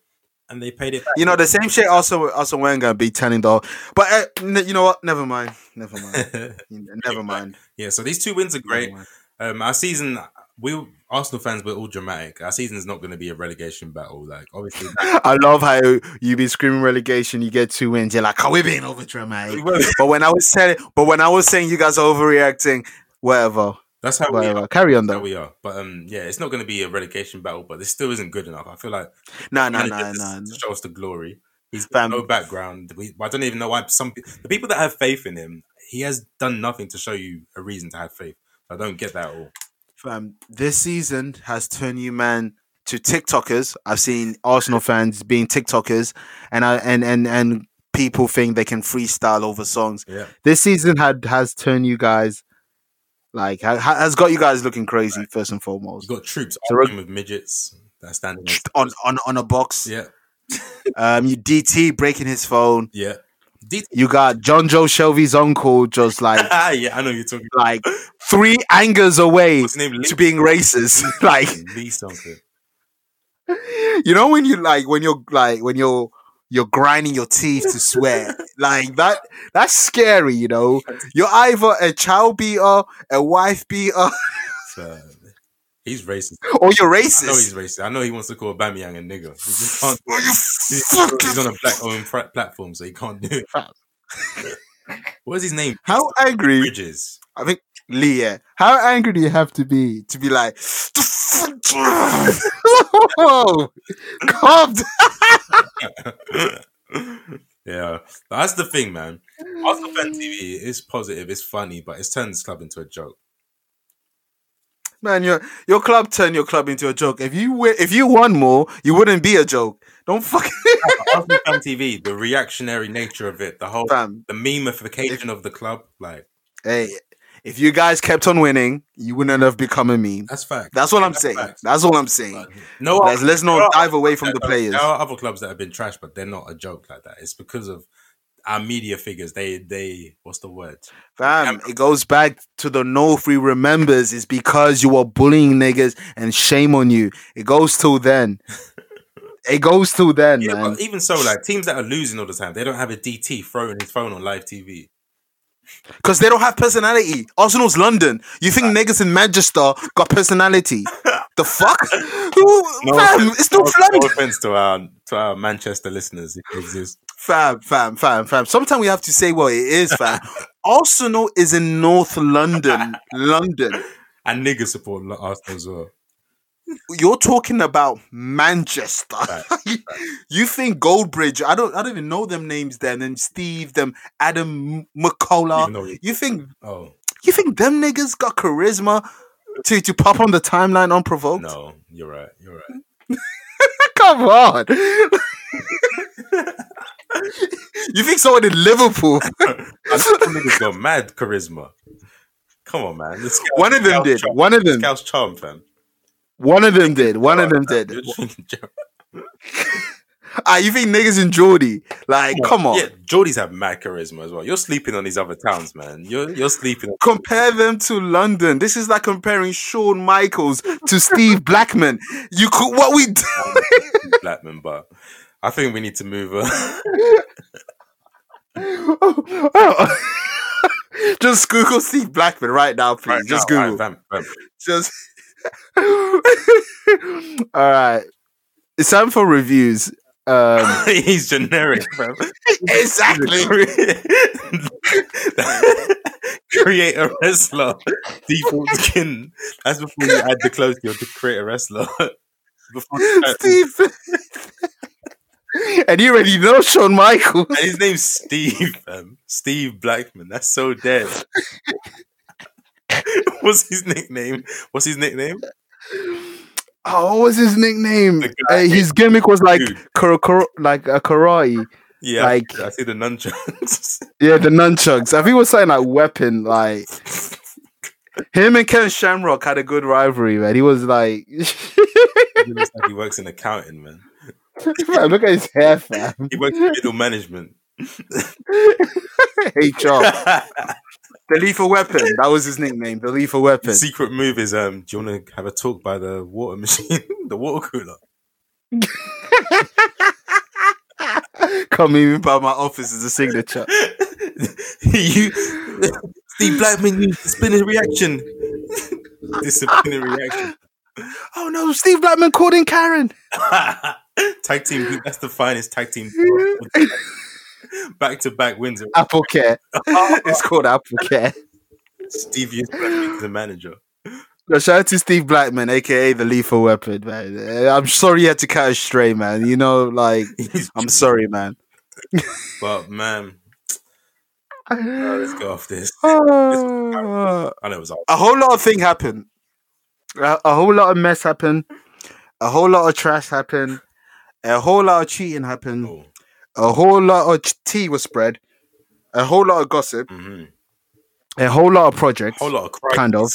S1: and they paid it. Back.
S2: You know, the same shit also also Wenger be telling though. But uh, n- you know what? Never mind. Never mind. Never mind.
S1: yeah, so these two wins are great. Um, our season, we Arsenal fans were all dramatic. Our season's not going to be a relegation battle. Like obviously,
S2: I love how you be screaming relegation. You get two wins. You're like, "Are we being over dramatic?" but when I was saying, but when I was saying you guys are overreacting, whatever.
S1: That's how
S2: Whatever.
S1: we are.
S2: Carry on
S1: That's how
S2: though.
S1: we are. But um, yeah, it's not going to be a relegation battle. But this still isn't good enough. I feel like
S2: No, no,
S1: manager
S2: no,
S1: just
S2: no. no.
S1: show us the glory. He's got
S2: Fam.
S1: no background. We, I don't even know why some pe- the people that have faith in him. He has done nothing to show you a reason to have faith. I don't get that at all.
S2: Fam, Um, this season has turned you man to TikTokers. I've seen Arsenal fans being TikTokers, and I and and and people think they can freestyle over songs.
S1: Yeah,
S2: This season had has turned you guys like ha- ha- has got you guys looking crazy first and
S1: you
S2: foremost
S1: got troops
S2: So-
S1: arguing with midgets that are standing. next-
S2: on on on a box.
S1: Yeah,
S2: Um, you DT breaking his phone.
S1: yeah. D-
S2: You got John Joe Shelby's uncle just like
S1: ah, yeah, I know you're talking.
S2: like three angers away
S1: What's his name?
S2: to being racist. like
S1: Lee something.
S2: you know when you like when you're like when you're you're grinding your teeth to swear like that that's scary you know you're either a child beater a wife beater
S1: So, he's racist.
S2: or you're
S1: I know he's
S2: racist
S1: racist. I know he wants to call Bamiyang a nigger. He just can't.
S2: Well, you
S1: He's
S2: fucking-
S1: on a black owned pra- platform, so he can't do it. what is his name?
S2: how angry
S1: Bridges.
S2: i think lee yeah. how angry do you have to be to be like Whoa, calm down.
S1: yeah, But that's the thing, man. Arsenal fan TV is positive, it's funny, but it's turned this club into a joke.
S2: man your your club turned your club into a joke if you win, if you won more you wouldn't be a joke don't fucking
S1: Arsenal fan TV, the reactionary nature of it, the whole
S2: fam
S1: the memeification of the club, like
S2: Hey, if you guys kept on winning, you wouldn't have become a meme.
S1: that's fact.
S2: That's what I'm
S1: That's
S2: saying.
S1: facts.
S2: That's all I'm saying.
S1: Like, no,
S2: Let's, let's not
S1: no,
S2: dive away from the players.
S1: There are other clubs that have been trashed, but they're not a joke like that. It's because of our media figures. They they what's the word?
S2: Fam, it goes back to the North we remembers is because you are bullying niggas and shame on you. It goes till then. it goes till then,
S1: Yeah,
S2: man.
S1: but even so, like teams that are losing all the time, they don't have a DT throwing his phone on live TV.
S2: Because they don't have personality. Arsenal's London. You think niggas in Manchester got personality? the fuck? Who, fam, it's not
S1: no,
S2: London.
S1: offense to our to our Manchester listeners. It exists.
S2: Fam, fam, fam, fam. Sometimes we have to say what it is, fam. Arsenal is in North London, London.
S1: And niggas support lo- Arsenal as well.
S2: You're talking about Manchester. you think Goldbridge? I don't. I don't even know them names. Then and Steve, them Adam
S1: Even
S2: McCullough.
S1: though he-
S2: You think
S1: oh
S2: you think them niggas got charisma to to pop on the timeline unprovoked?
S1: no, you're right. You're right.
S2: Come on. you think someone in Liverpool?
S1: I think them niggas got mad charisma. Come on, man. This guy-
S2: One of them
S1: Scouse
S2: did.
S1: charm-
S2: One of them.
S1: Scouse charm, fam.
S2: One of them did. One of them did.
S1: You're drinking Jerry.
S2: Ah, you think niggas in Geordie? Like, come on.
S1: Yeah, Geordies have mad charisma as well. You're sleeping on these other towns, man. You're you're sleeping. on-
S2: Compare them to London. This is like comparing Shawn Michaels to Steve Blackman. You could what we do.
S1: Blackman, but I think we need to move uh, on.
S2: Just Google Steve Blackman right now, please. Just
S1: now.
S2: Google.
S1: Alright, fam, fam.
S2: Just All right. It's time for reviews. Um
S1: He's generic, fam.
S2: Exactly.
S1: create a wrestler. Default skin. That's before you add the clothes to your to create a wrestler. before you add-
S2: Steve And you already know Shawn Michaels.
S1: and his name's Steve, fam. Steve Blackman. That's so dead. What's his nickname? What's his nickname?
S2: Oh, what was his nickname?
S1: The guy-
S2: Uh, his gimmick was like
S1: Dude.
S2: kar- kar- like a karate.
S1: Yeah,
S2: Like-
S1: I see the nunchucks.
S2: Yeah, the nunchucks. I think it was something like weapon. Like him and Ken Shamrock had a good rivalry, man. He was like,
S1: he looks like he works in accounting, man.
S2: Man, look at his hair, fam.
S1: He works in middle management.
S2: HR. the lethal weapon. That was his nickname. The lethal weapon.
S1: Secret move is um. Do you want to have a talk by the water machine, the water cooler?
S2: Come even by my office as a signature.
S1: you, Steve Blackman used disciplinary reaction. disciplinary reaction.
S2: Oh no, Steve Blackman called in Karen.
S1: tag team. That's the finest tag team. Back to back wins.
S2: Apple Care. it's called Apple Care.
S1: Steve used Blackman as a manager.
S2: No, shout out to Steve Blackman, aka the Lethal Weapon, man. Eh, I'm sorry you had to cut us straight, man. You know, like I'm sorry, man.
S1: But man, uh, let's go off this.
S2: Ah.
S1: I know it was off.
S2: a whole lot of thing happened. A, a whole lot of mess happened. A whole lot of trash happened. A whole lot of cheating happened.
S1: Oh,
S2: A whole lot of ch- tea was spread. A whole lot of gossip.
S1: mhm.
S2: A whole lot of projects.
S1: Whole lot of crikes.
S2: Kind of.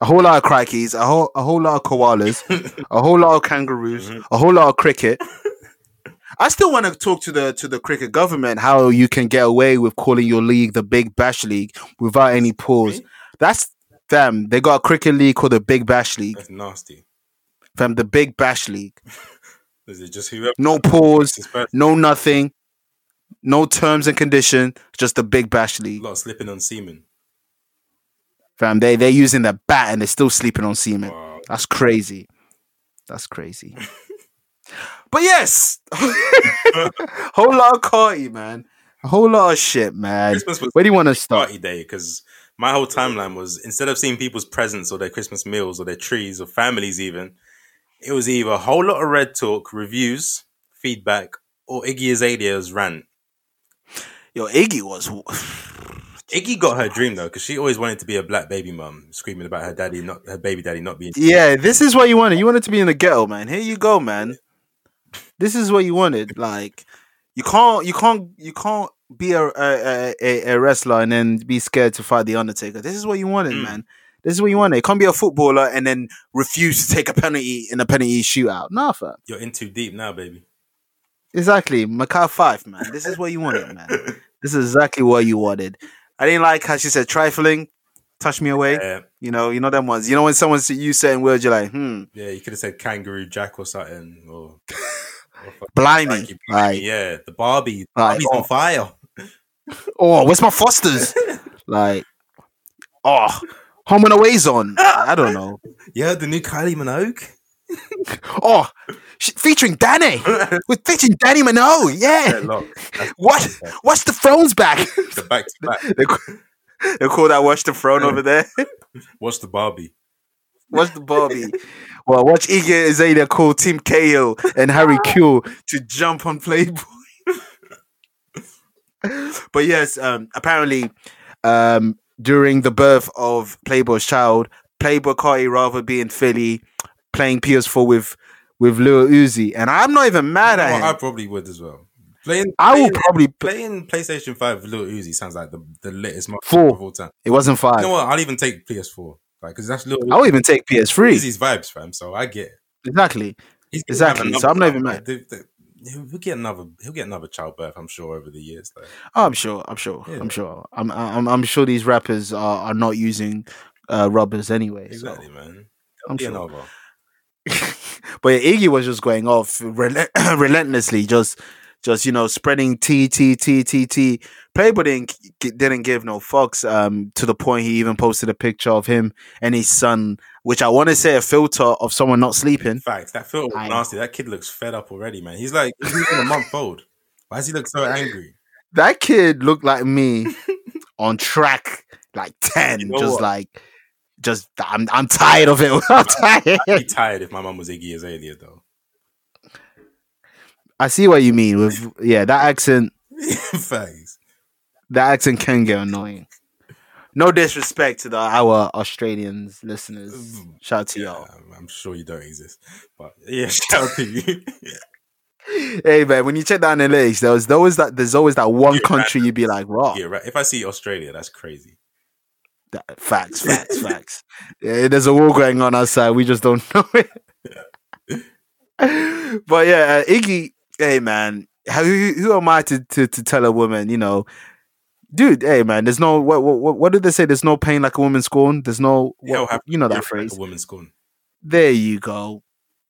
S2: A whole lot of crikeys. A whole a whole lot of koalas. a whole lot of kangaroos.
S1: Mhm.
S2: A whole lot of cricket. I still want to talk to the to the cricket government how you can get away with calling your league the Big Bash League without any pause.
S1: Really?
S2: That's them. They got a cricket league called the Big Bash League.
S1: That's nasty.
S2: Fam, the Big Bash League.
S1: Is it just whoever?
S2: No pause,
S1: This person,
S2: no nothing, no terms and condition. Just the Big Bash
S1: a
S2: League.
S1: lot of slipping on semen.
S2: Fam, they they're using the bat and they're still sleeping on semen.
S1: Wow.
S2: That's crazy. That's crazy. but yes, whole lot of party, man. A whole lot of shit, man.
S1: Christmas was
S2: Where do you want to start?
S1: party day because my whole timeline was instead of seeing people's presents or their Christmas meals or their trees or families, even it was either a whole lot of red talk, reviews, feedback, or Iggy Azalea's rant.
S2: Yo, Iggy was.
S1: Iggy got her dream though because she always wanted to be a black baby mum, screaming about her daddy, not her baby daddy, not being.
S2: Yeah, this is what you wanted. You wanted to be in the ghetto, man. Here you go, man. This is what you wanted. Like, you can't, you can't, you can't be a a, a, a wrestler and then be scared to fight the Undertaker. This is what you wanted,
S1: Mm.
S2: man. This is what you wanted. You can't be a footballer and then refuse to take a penalty in a penalty shootout. Nah, fam.
S1: You're in too deep now, baby.
S2: Exactly. Macau five, man. This is what you wanted, man. This is exactly what you wanted. I didn't like how she said trifling, touch me away.
S1: Yeah,
S2: You know, you know them ones. You know when someone says you certain words, you're like, hmm,
S1: yeah. You could have said kangaroo jack or something, or, or fuck-
S2: blimey.
S1: Frankie,
S2: Like,
S1: yeah, the Barbie.
S2: Right.
S1: Barbie's on fire.
S2: oh, where's my fosters? like, oh, home and away's on. I don't know.
S1: Yeah, the new Kylie Minogue.
S2: Oh, sh- featuring Danny. With featuring Danny Minogue.
S1: Yeah,
S2: Yeah.
S1: look, that's
S2: What? What's the throne's back?
S1: the back to back.
S2: they, ca- they call that watch the throne over there.
S1: What's the Barbie?
S2: Watch the Barbie. well, watch Iggy Azalea call Tim Cahill and Harry Kuehl to jump on Playboy. but yes, um, apparently, um, during the birth of Playboy's child, Playboy Carti rather be in Philly playing PS4 with with Lil Uzi, and I'm not even mad
S1: Well,
S2: at
S1: I
S2: him.
S1: probably would as well. Playing,
S2: I will
S1: playing,
S2: probably.
S1: playing PlayStation Five with Lil Uzi sounds like the the latest mo-
S2: Four.
S1: of all time.
S2: It wasn't
S1: You
S2: five.
S1: know what? I'll even take PS4, like because that's Lil
S2: I would even take PS3.
S1: Uzi's vibes, fam. So I get it.
S2: Exactly.
S1: He's gonna have
S2: Exactly,
S1: another
S2: so I'm not
S1: child,
S2: even
S1: like, the- the- He'll get another. He'll get another childbirth. I'm sure over the years. Like,
S2: Oh, I'm sure. I'm sure.
S1: Yeah.
S2: I'm sure. I'm, I'm I'm sure these rappers are, are not using uh, rubbers anyway. so-
S1: exactly, man. There'll
S2: I'm
S1: be
S2: sure.
S1: another.
S2: but yeah, Iggy was just going off rel- relentlessly, just just you know spreading t t t t t. Playboy didn't g- didn't give no fucks. Um, to the point he even posted a picture of him and his son, which I want to say a filter of someone not sleeping.
S1: Facts. That filter was
S2: I-
S1: nasty. That kid looks fed up already, man. He's like he's even a month old. Why does he look so angry?
S2: That kid looked like me on track, like ten,
S1: You know
S2: just
S1: what?
S2: like just I'm I'm tired of it. I'm tired.
S1: I'd be tired if my mum was Iggy Azalea though.
S2: I see what you mean with yeah, that accent
S1: Facts.
S2: that accent can get annoying. No disrespect to the our Australians listeners. Shout out to
S1: Yeah, I'm- I'm sure you don't exist, but yeah, shout out to you.
S2: y'all. Hey man, when you check down the list, there was there was that there's always that one
S1: Yeah,
S2: country you'd be like, raw.
S1: yeah, right. If I see Australia, that's crazy.
S2: That- facts, facts, facts. Yeah, there's a war going on outside. We just don't know it. but yeah, uh, Iggy, hey man, how, who, who am I to, to, to tell a woman, you know, dude. Hey, man, there's no what, what what did they say? There's no pain like a woman scorned. There's no
S1: Yeah,
S2: what,
S1: I'll have-
S2: you know
S1: Yeah,
S2: that phrase.
S1: Like a woman scorn.
S2: there you go.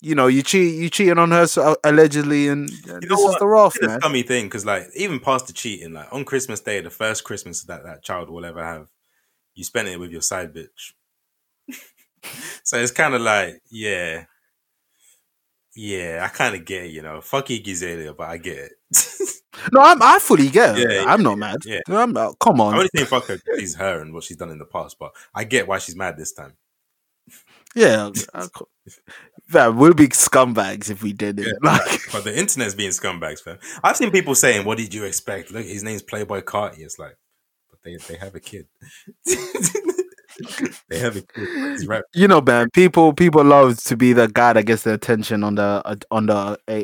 S2: You know, you cheat, you cheating on her so, allegedly, and uh,
S1: You know
S2: this is
S1: what?
S2: the wrath,
S1: It's a
S2: man.
S1: dummy thing because, like, even past the cheating, like on Christmas Day, the first Christmas that that child will ever have, you spent it with your side bitch. so it's kind of like, yeah, yeah, I kind of get it, you know. Fuck Iggy Azalea, but I get it.
S2: No, I'm, I fully get. it.
S1: Yeah,
S2: I'm not mad.
S1: yeah.
S2: No, I'm not- come
S1: I'm
S2: on.
S1: only saying fuck her 'cause she's her and what she's done in the past, but I get why she's mad this time.
S2: yeah, I- man, we'd be scumbags if we did it.
S1: Yeah.
S2: Like,
S1: But the internet's being scumbags, fam. I've seen people saying, "What did you expect?" Look, his name's Playboy Carti. It's like, but they they have a kid. they have a kid. He's right.
S2: you know, man, people people love to be the guy that gets the attention on the uh, on the uh,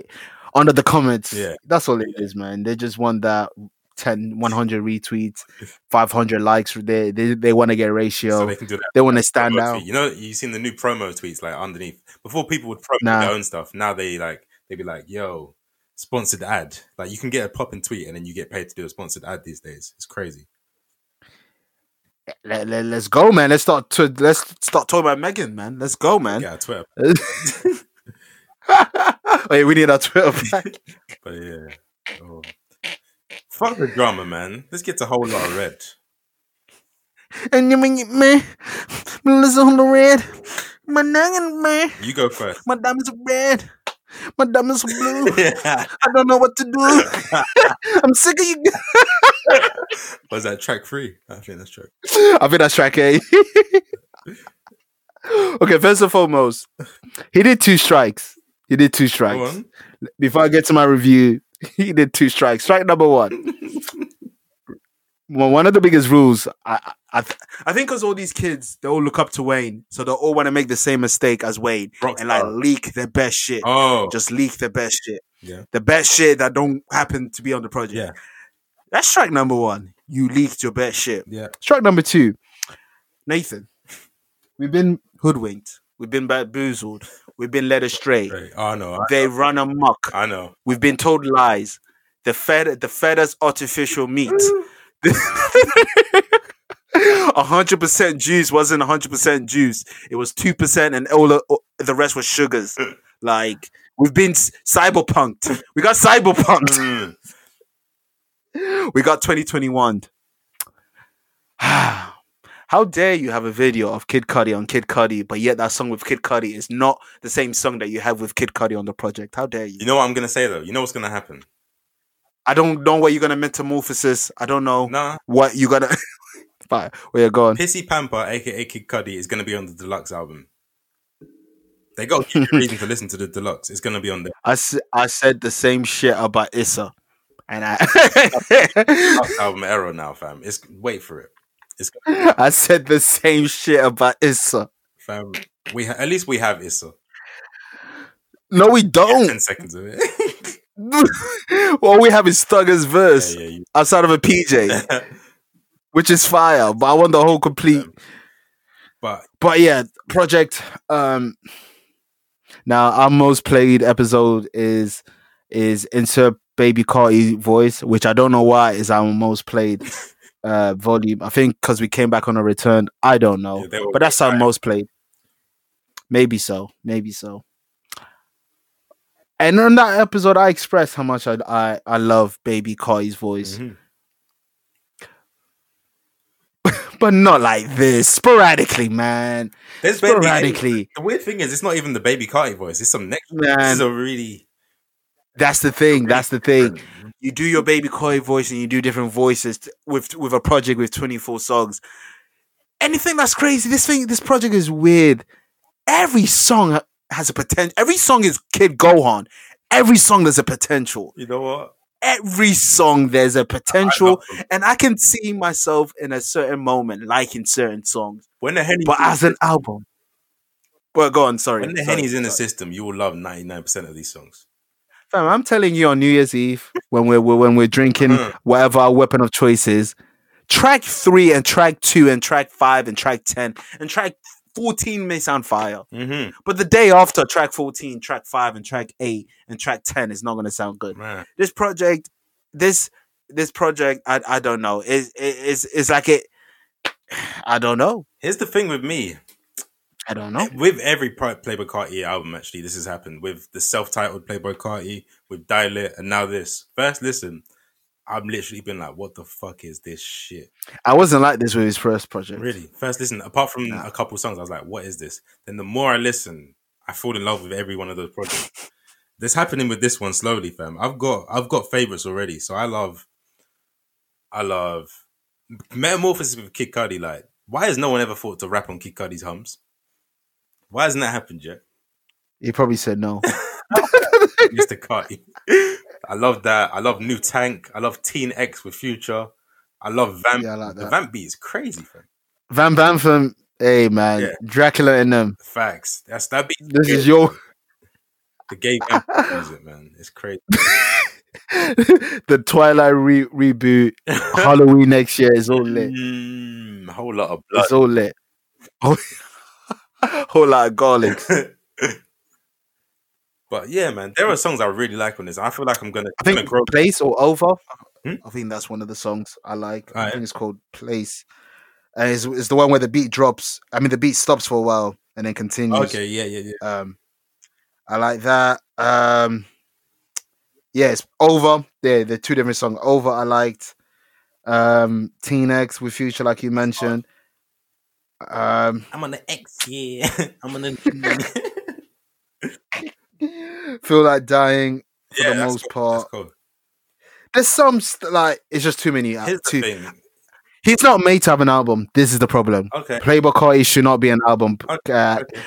S2: under the comments.
S1: Yeah.
S2: that's all it is, man. They just want that 10, 100 retweets, five hundred likes. They they, they want to get ratio.
S1: So
S2: they
S1: they can do that.
S2: want to stand
S1: promo
S2: out.
S1: tweet. You know, you've seen the new promo tweets like underneath. Before people would promote
S2: Nah.
S1: their own stuff. Now they like they be like, "Yo, sponsored ad." Like you can get a popping tweet and then you get paid to do a sponsored ad these days. It's crazy.
S2: Let, let, us go, man. Let's start to let's start talking about Megan, man. Let's go, man.
S1: Yeah, Twitter.
S2: Wait, we need our Twitter back.
S1: But yeah, oh. fuck the drama, man. Let's get to whole lot of red.
S2: and you mean me, Melissa on the red, my noggin, man,
S1: You go first.
S2: my diamonds are red, my diamonds are blue. I don't know what to do. I'm sick of you.
S1: Was that track three? I think that's track.
S2: I think that's track A. okay, first and foremost, he did two strikes. He did two
S1: Go
S2: strikes.
S1: on.
S2: before I get to my review, he did two strikes. Strike number one. well, one of the biggest rules, I, I- I, th- I think, because all these kids, they all look up to Wayne, so they all want to make the same mistake as Wayne
S1: Rockstar.
S2: and like leak their best shit.
S1: oh,
S2: Just leak their best shit.
S1: Yeah.
S2: The best shit that don't happen to be on the project.
S1: Yeah.
S2: That's strike number one. You leaked your best shit.
S1: yeah.
S2: Strike number two, Nathan. We've been hoodwinked. We've been bamboozled. We've been led astray.
S1: Right. Oh no, I,
S2: They run amok.
S1: I know.
S2: We've been told lies. The fed the fed us artificial meat. hundred percent juice wasn't hundred percent juice. It was two percent, and all o- the rest was sugars. Like we've been s- cyberpunked. We got cyberpunked.
S1: Mm.
S2: We got twenty twenty one. How dare you have a video of Kid Cudi on Kid Cudi, but yet that song with Kid Cudi is not the same song that you have with Kid Cudi on the project? How dare you?
S1: You know what I'm gonna say though. You know what's gonna happen.
S2: I don't know what you're gonna metamorphosis. I don't know.
S1: Nah,
S2: what you gonna but where you're going
S1: Pissy Pamper, aka Kid Cudi, is gonna be on the deluxe album. They got to give you a reason to listen to the deluxe. It's gonna be on the
S2: I, s- I said the same shit about issa and i
S1: deluxe album era now, fam. It's wait for it,
S2: i said the same shit about issa
S1: fam. We ha- at least we have Issa.
S2: no we don't
S1: Ten seconds of it.
S2: all we have is thugger's verse
S1: yeah, yeah, you-
S2: outside of a pj which is fire but i want the whole complete
S1: but
S2: but yeah project um now our most played episode is is insert baby carty voice which i don't know why is our most played uh volume i think because we came back on a return i don't know
S1: Yeah, they were-
S2: but that's our most played maybe so maybe so and on that episode i expressed how much i i, I love baby carty's voice
S1: Mhm. Mm-hmm.
S2: but not like this sporadically man
S1: there's barely any-
S2: sporadically
S1: The weird thing is, it's not even the baby Carti voice. It's some next. This
S2: man
S1: is a really
S2: That's the thing. That's the thing. Mm-hmm. You do your baby Koi voice and you do different voices t- with with a project with 24 songs. Anything that's crazy. This thing, this project is weird. Every song ha- has a potential. Every song is Kid Gohan. Every song there's a potential.
S1: You know what?
S2: Every song there's a
S1: I
S2: potential.
S1: love them.
S2: And I can see myself in a certain moment liking certain songs.
S1: When the Henny,
S2: But as an album. Well, go on, sorry.
S1: when the
S2: sorry,
S1: Henny's in the
S2: sorry.
S1: system, you will love ninety nine percent of these songs.
S2: Fam, I'm telling you on New Year's Eve when we're, we're when we're drinking
S1: Mm.
S2: whatever our weapon of choice is, track three and track two and track five and track ten and track fourteen may sound fire,
S1: Mm-hmm.
S2: but the day after track fourteen, track five and track eight and track ten is not going to sound good.
S1: Man,
S2: This project, this this project, I I don't know. It's it, it's it's like it. I don't know.
S1: Here's the thing with me.
S2: I don't know.
S1: With every Pro- Playboy Carti album, actually, this has happened. With the self-titled Playboy Carti, with Dial It, and now this. First listen, I'm literally been like, what the fuck is this shit?
S2: I wasn't like this with his first project.
S1: Really? First listen, apart from
S2: Nah.
S1: a couple songs, I was like, what is this? Then the more I listen, I fall in love with every one of those projects. this happening with this one slowly, fam. I've got I've got favorites already. So I love I love Metamorphosis with Kid Cudi. Like, why has no one ever thought to rap on Kid Cudi's hums? Why hasn't that happened yet?
S2: He probably said no.
S1: Mr. Carti. I love that. I love New Tank. I love Teen X with Future. I love Vamp.
S2: Yeah, I like
S1: the
S2: that.
S1: Vamp beat is crazy, fam.
S2: Van Bantham, hey man,
S1: Yeah.
S2: Dracula and them.
S1: Facts. That's that beat.
S2: This is your
S1: The gay vamp music, man. It's crazy.
S2: the Twilight re- reboot. Halloween next year is all lit.
S1: Mm, a whole lot of blood.
S2: It's all lit. Oh, Whole lot of garlic.
S1: But yeah, man, there are songs I really like on this. I feel like I'm gonna,
S2: I
S1: I'm gonna
S2: think
S1: grow.
S2: Place or Over.
S1: Hmm?
S2: I think that's one of the songs I like. I
S1: Alright.
S2: think it's called Place. And it's, it's the one where the beat drops. I mean, the beat stops for a while and then continues.
S1: Okay, yeah, yeah, yeah.
S2: Um, I like that. Um, yeah, it's over. Yeah, the two different songs. Over, I liked. Um, Teen X with Future, like you mentioned. Um,
S1: I'm on the X, yeah. I'm on the
S2: feel like dying.
S1: yeah,
S2: the
S1: that's
S2: most
S1: cool, that's
S2: part.
S1: cool.
S2: There's some st- like it's just too many. uh,
S1: Here's the
S2: too-
S1: thing.
S2: He's not made to have an album. This is the problem.
S1: Okay.
S2: Playboy Carti should not be an album.
S1: Okay,
S2: Uh,
S1: okay,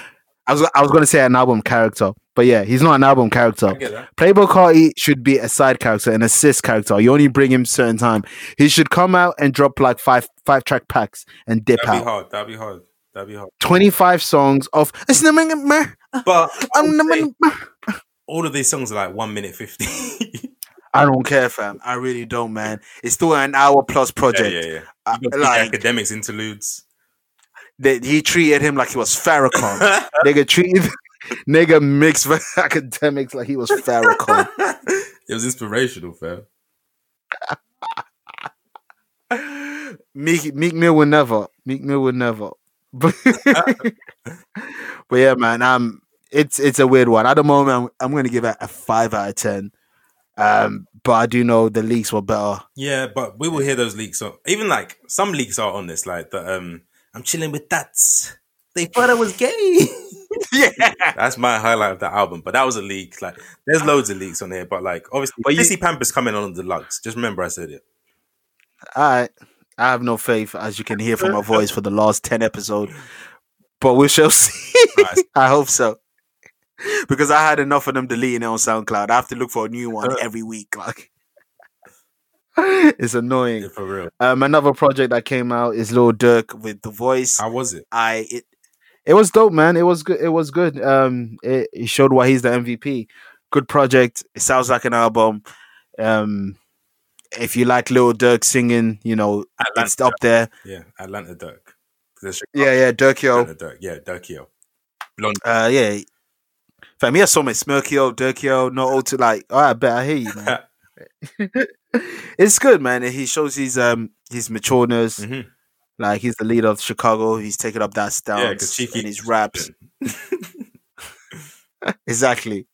S2: I was I was gonna say an album character, but yeah, he's not an album character.
S1: I get that.
S2: Playboy Carti should be a side character, an assist character. You only bring him certain time. He should come out and drop like five five track packs and dip
S1: That'd be
S2: out.
S1: hard. That'd be hard. That'd be hard.
S2: Twenty five songs of it's the man- man-
S1: But
S2: I'm the
S1: okay,
S2: man-
S1: all of these songs are like one minute fifty.
S2: I don't care, fam. I really don't, man. It's still an hour plus
S1: yeah,
S2: project.
S1: yeah, yeah.
S2: I-
S1: You got
S2: Uh, like
S1: academics interludes.
S2: they, he treated him like he was Farrakhan. nigga treated nigga mixed with academics like he was Farrakhan.
S1: it was inspirational, fam.
S2: Meek Meek Mill will never. Meek Mill will never. but but yeah, man, um, it's it's a weird one. At the moment, I'm, I'm going to give it a five out of ten. Um, but I do know the leaks were better.
S1: Yeah, but we will hear those leaks on even like some leaks are on this, like the um I'm chilling with that's they thought I was gay.
S2: yeah,
S1: That's my highlight of the album, but that was a leak. Like there's loads of leaks on here, but like obviously
S2: Ah. But you-
S1: Pissy Pampers coming on the deluxe. Just remember I said it.
S2: all right. I have no faith, as you can hear from my voice, for the last ten episode. But we shall see.
S1: Nice.
S2: I hope so, because I had enough of them deleting it on SoundCloud. I have to look for a new one
S1: Uh.
S2: every week. Like, it's annoying.
S1: Yeah, for real.
S2: Um, another project that came out is Lil Durk with The Voice.
S1: How was it?
S2: I it it was dope, man. It was good. It was good. Um, it, it showed why he's the MVP. Good project. It sounds like an album. Um, if you like Lil Durk singing, you know
S1: Atlanta,
S2: it's up there.
S1: yeah, Atlanta Dirk. There's
S2: Yeah, yeah, Durkio.
S1: Atlanta Dirk. Yeah, Dirkio.
S2: Uh, yeah. Fam, he has so many Smirkio, Durkio, not all to like. Oh, I bet I hear you, man. it's good, man. and He shows his um his matureness.
S1: hmm
S2: Like he's the leader of Chicago. He's taken up that
S1: Yeah,
S2: stance
S1: because Cheeky
S2: in his raps. Exactly.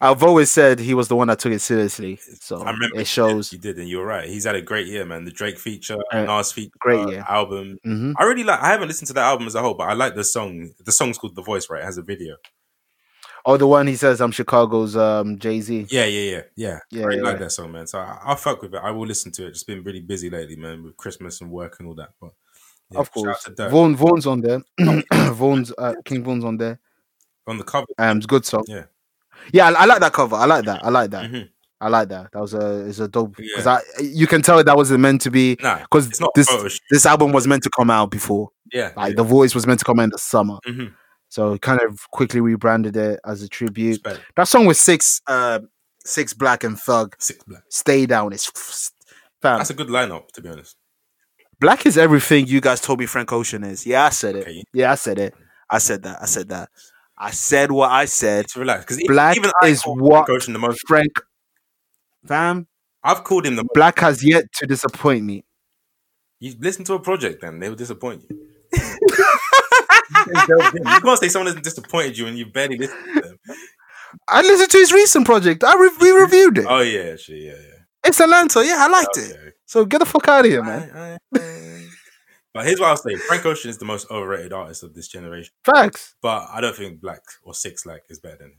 S2: I've always said he was the one that took it seriously. So
S1: I remember
S2: it shows.
S1: You did, and you're right. He's had a great year, man. The Drake feature,
S2: Uh,
S1: Nas feature,
S2: great year.
S1: album.
S2: hmm
S1: I really like. I haven't listened to that album as a whole, but I like the song. The song's called "The Voice," right? It has a video.
S2: Oh, the one he says I'm Chicago's um, Jay Z.
S1: Yeah, yeah, yeah, yeah.
S2: Yeah,
S1: I really
S2: yeah,
S1: like
S2: yeah.
S1: that song, man. So I, I'll fuck with it. I will listen to it. Just been really busy lately, man, with Christmas and work and all that. But yeah,
S2: of
S1: shout out
S2: course.
S1: to Dirk.
S2: Vaughn Vaughn's on there. Vaughn's uh, King Vaughn's on there.
S1: on the cover.
S2: Um, it's a good song.
S1: Yeah.
S2: yeah. I, I like that cover. I like that. I like that.
S1: Mhm.
S2: I like that. That was a is a dope because
S1: Yeah.
S2: I you can tell that wasn't meant to be
S1: Nah,
S2: because
S1: it's not
S2: this
S1: photo shoot.
S2: this album was meant to come out before.
S1: Yeah,
S2: Like the voice was meant to come out in the summer,
S1: yeah. Mhm.
S2: so it kind of quickly rebranded it as a tribute.
S1: Respect.
S2: That song with six, uh, six black and thug.
S1: Six Black.
S2: Stay down. It's f- fam.
S1: That's a good lineup, to be honest.
S2: black is everything. You guys told me Frank Ocean is. Yeah, I said it.
S1: Okay,
S2: Yeah, I said it. I said that. I said that. I said what I said.
S1: to relax because
S2: Black
S1: even I
S2: is
S1: call
S2: what-
S1: Frank Ocean the most.
S2: Frank, fam.
S1: I've called him the.
S2: Black has yet to disappoint me.
S1: You listen to a project, then they will disappoint you. you can't say someone has disappointed you and you barely listen to them.
S2: I listened to his recent project. I re- we reviewed it.
S1: Oh yeah, actually, yeah, yeah.
S2: It's Atlanta. Yeah, I liked it.
S1: Okay.
S2: So get the fuck out of here, man.
S1: Aye, aye, aye. but here's what I'll say: Frank Ocean is the most overrated artist of this generation.
S2: Facts.
S1: But I don't think Black or Six Like is better than him.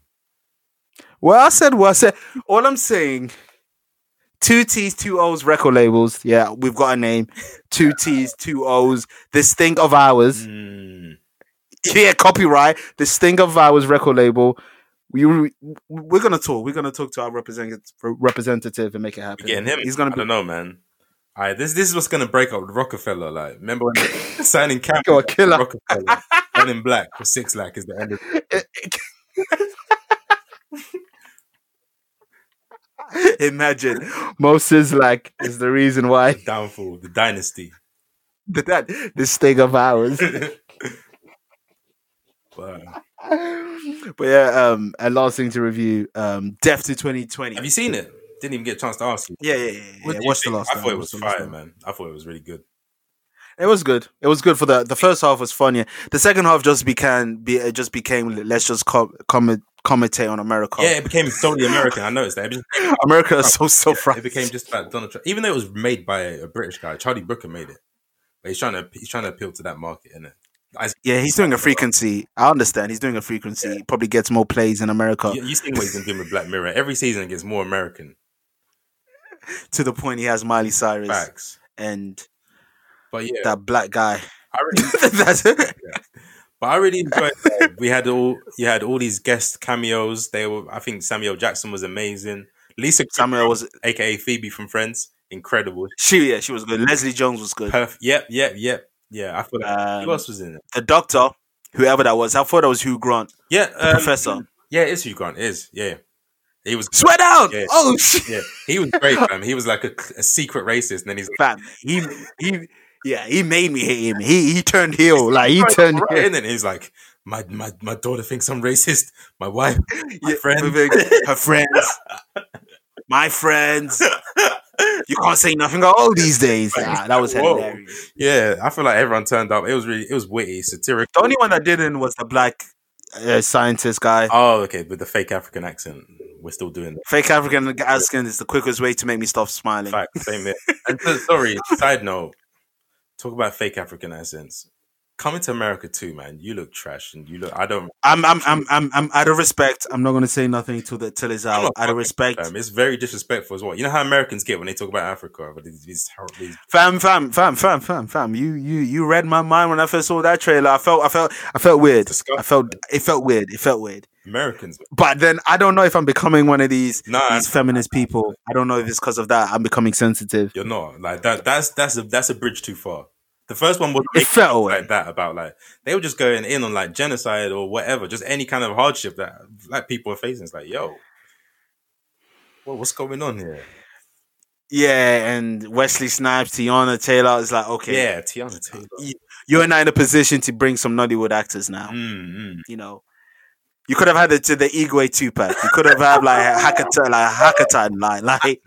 S2: Well, I said what I said. All I'm saying, two T's, two O's, record labels. Yeah, we've got a name. Two T's, two O's. This thing of ours.
S1: Mm.
S2: Yeah, copyright. This thing of ours, record label. We, we we're gonna talk. We're gonna talk to our representative representative and make it happen.
S1: We're getting him.
S2: He's gonna
S1: I
S2: be
S1: don't know, man. All right, this this is what's gonna break up Rockefeller. Like, remember when signing Campbell
S2: You're a killer.
S1: Rockefeller, Men in Black for Six Like is the end of
S2: Imagine Moses like is the reason why
S1: the downfall, of the dynasty.
S2: that this thing of ours.
S1: But,
S2: but yeah, um, and last thing to review, um, Death to 2020.
S1: have you seen it? Didn't even get a chance to ask you.
S2: yeah, yeah, yeah. yeah,
S1: What
S2: yeah.
S1: do you
S2: What's the
S1: think?
S2: last?
S1: I
S2: one?
S1: thought it
S2: What's
S1: was
S2: the last
S1: fire,
S2: one?
S1: man. I thought it was really good.
S2: It was good. It was good for the the first half was funny. The second half just became be it just became let's just com- comment commentate on America.
S1: Yeah, it became solely American. I noticed that. It, just,
S2: America is so so
S1: it
S2: fried.
S1: became just about Donald Trump, even though it was made by a British guy. Charlie Brooker made it, but he's trying to he's trying to appeal to that market, isn't it?
S2: yeah, he's doing a frequency. I understand. He's doing a frequency. Probably gets more plays in America
S1: You, you seen what he's been doing with Black Mirror? Every season it gets more American.
S2: to the point he has Miley Cyrus
S1: Facts,
S2: and
S1: but yeah,
S2: that black guy.
S1: I really,
S2: That's
S1: but I really enjoyed. That. We had all you had all these guest cameos. They were, I think, Samuel Jackson was amazing. Lisa,
S2: Samuel was
S1: aka Phoebe from Friends, incredible.
S2: she yeah she was good. Leslie Jones was good.
S1: Perfect. Yep, yep, yep. Yeah, I thought. that who
S2: Um,
S1: else was in it?
S2: the doctor, whoever that was, I thought that was Hugh Grant,
S1: Yeah,
S2: the
S1: um,
S2: professor.
S1: Yeah, it is Hugh Grant. It is. Yeah. He was
S2: Sweat out!
S1: yeah.
S2: Oh shit,
S1: yeah, he was great, man. He was like a, a secret racist, and then he's like,
S2: fam. He he yeah he made me hate him. He he turned heel like he turned
S1: right.
S2: heel.
S1: and then he's like, my my my daughter thinks I'm racist. My wife, my
S2: Yeah,
S1: friend.
S2: with uh, her friends, my friends. You can't say nothing at all these days. Ah, that was
S1: Whoa.
S2: hilarious.
S1: Yeah, I feel like everyone turned up. It was really, it was witty,
S2: The
S1: satirical.
S2: only one that didn't was the black uh, scientist guy.
S1: Oh, okay, with the fake African accent, we're still doing that.
S2: Fake African asking is the quickest way to make me stop smiling.
S1: Fact, same here. And so- sorry, side note. Talk about fake African accents. Coming to America too, man. You look trash, and you look. I don't.
S2: I'm, I'm, I'm, I'm, I'm out of respect. I'm not gonna say nothing till the till it's out. Out of respect,
S1: Um, it's very disrespectful as well. You know how Americans get when they talk about Africa, but these, these, these
S2: fam, fam, fam, fam, fam, fam. You, you, you read my mind when I first saw that trailer. I felt, I felt, I felt weird.
S1: Disgusting.
S2: I felt, it felt weird. It felt weird.
S1: Americans.
S2: But then I don't know if I'm becoming one of these
S1: Nah,
S2: these feminist people. I don't know if it's because of that. I'm becoming sensitive.
S1: you're not like that. That's that's a that's a bridge too far. The first one was
S2: It felt
S1: like
S2: weird.
S1: that about like they were just going in on like genocide or whatever, just any kind of hardship that like people are facing. It's like, yo, what, what's going on here?
S2: Yeah, and Wesley Snipes, Tiana Taylor is like, okay,
S1: Yeah, Tiana Taylor.
S2: you're not in a position to bring some Nollywood actors now.
S1: Mm, mm.
S2: you know, you could have had it to the Igwe two pack. You could have had like Hakata, like Hakatan, like like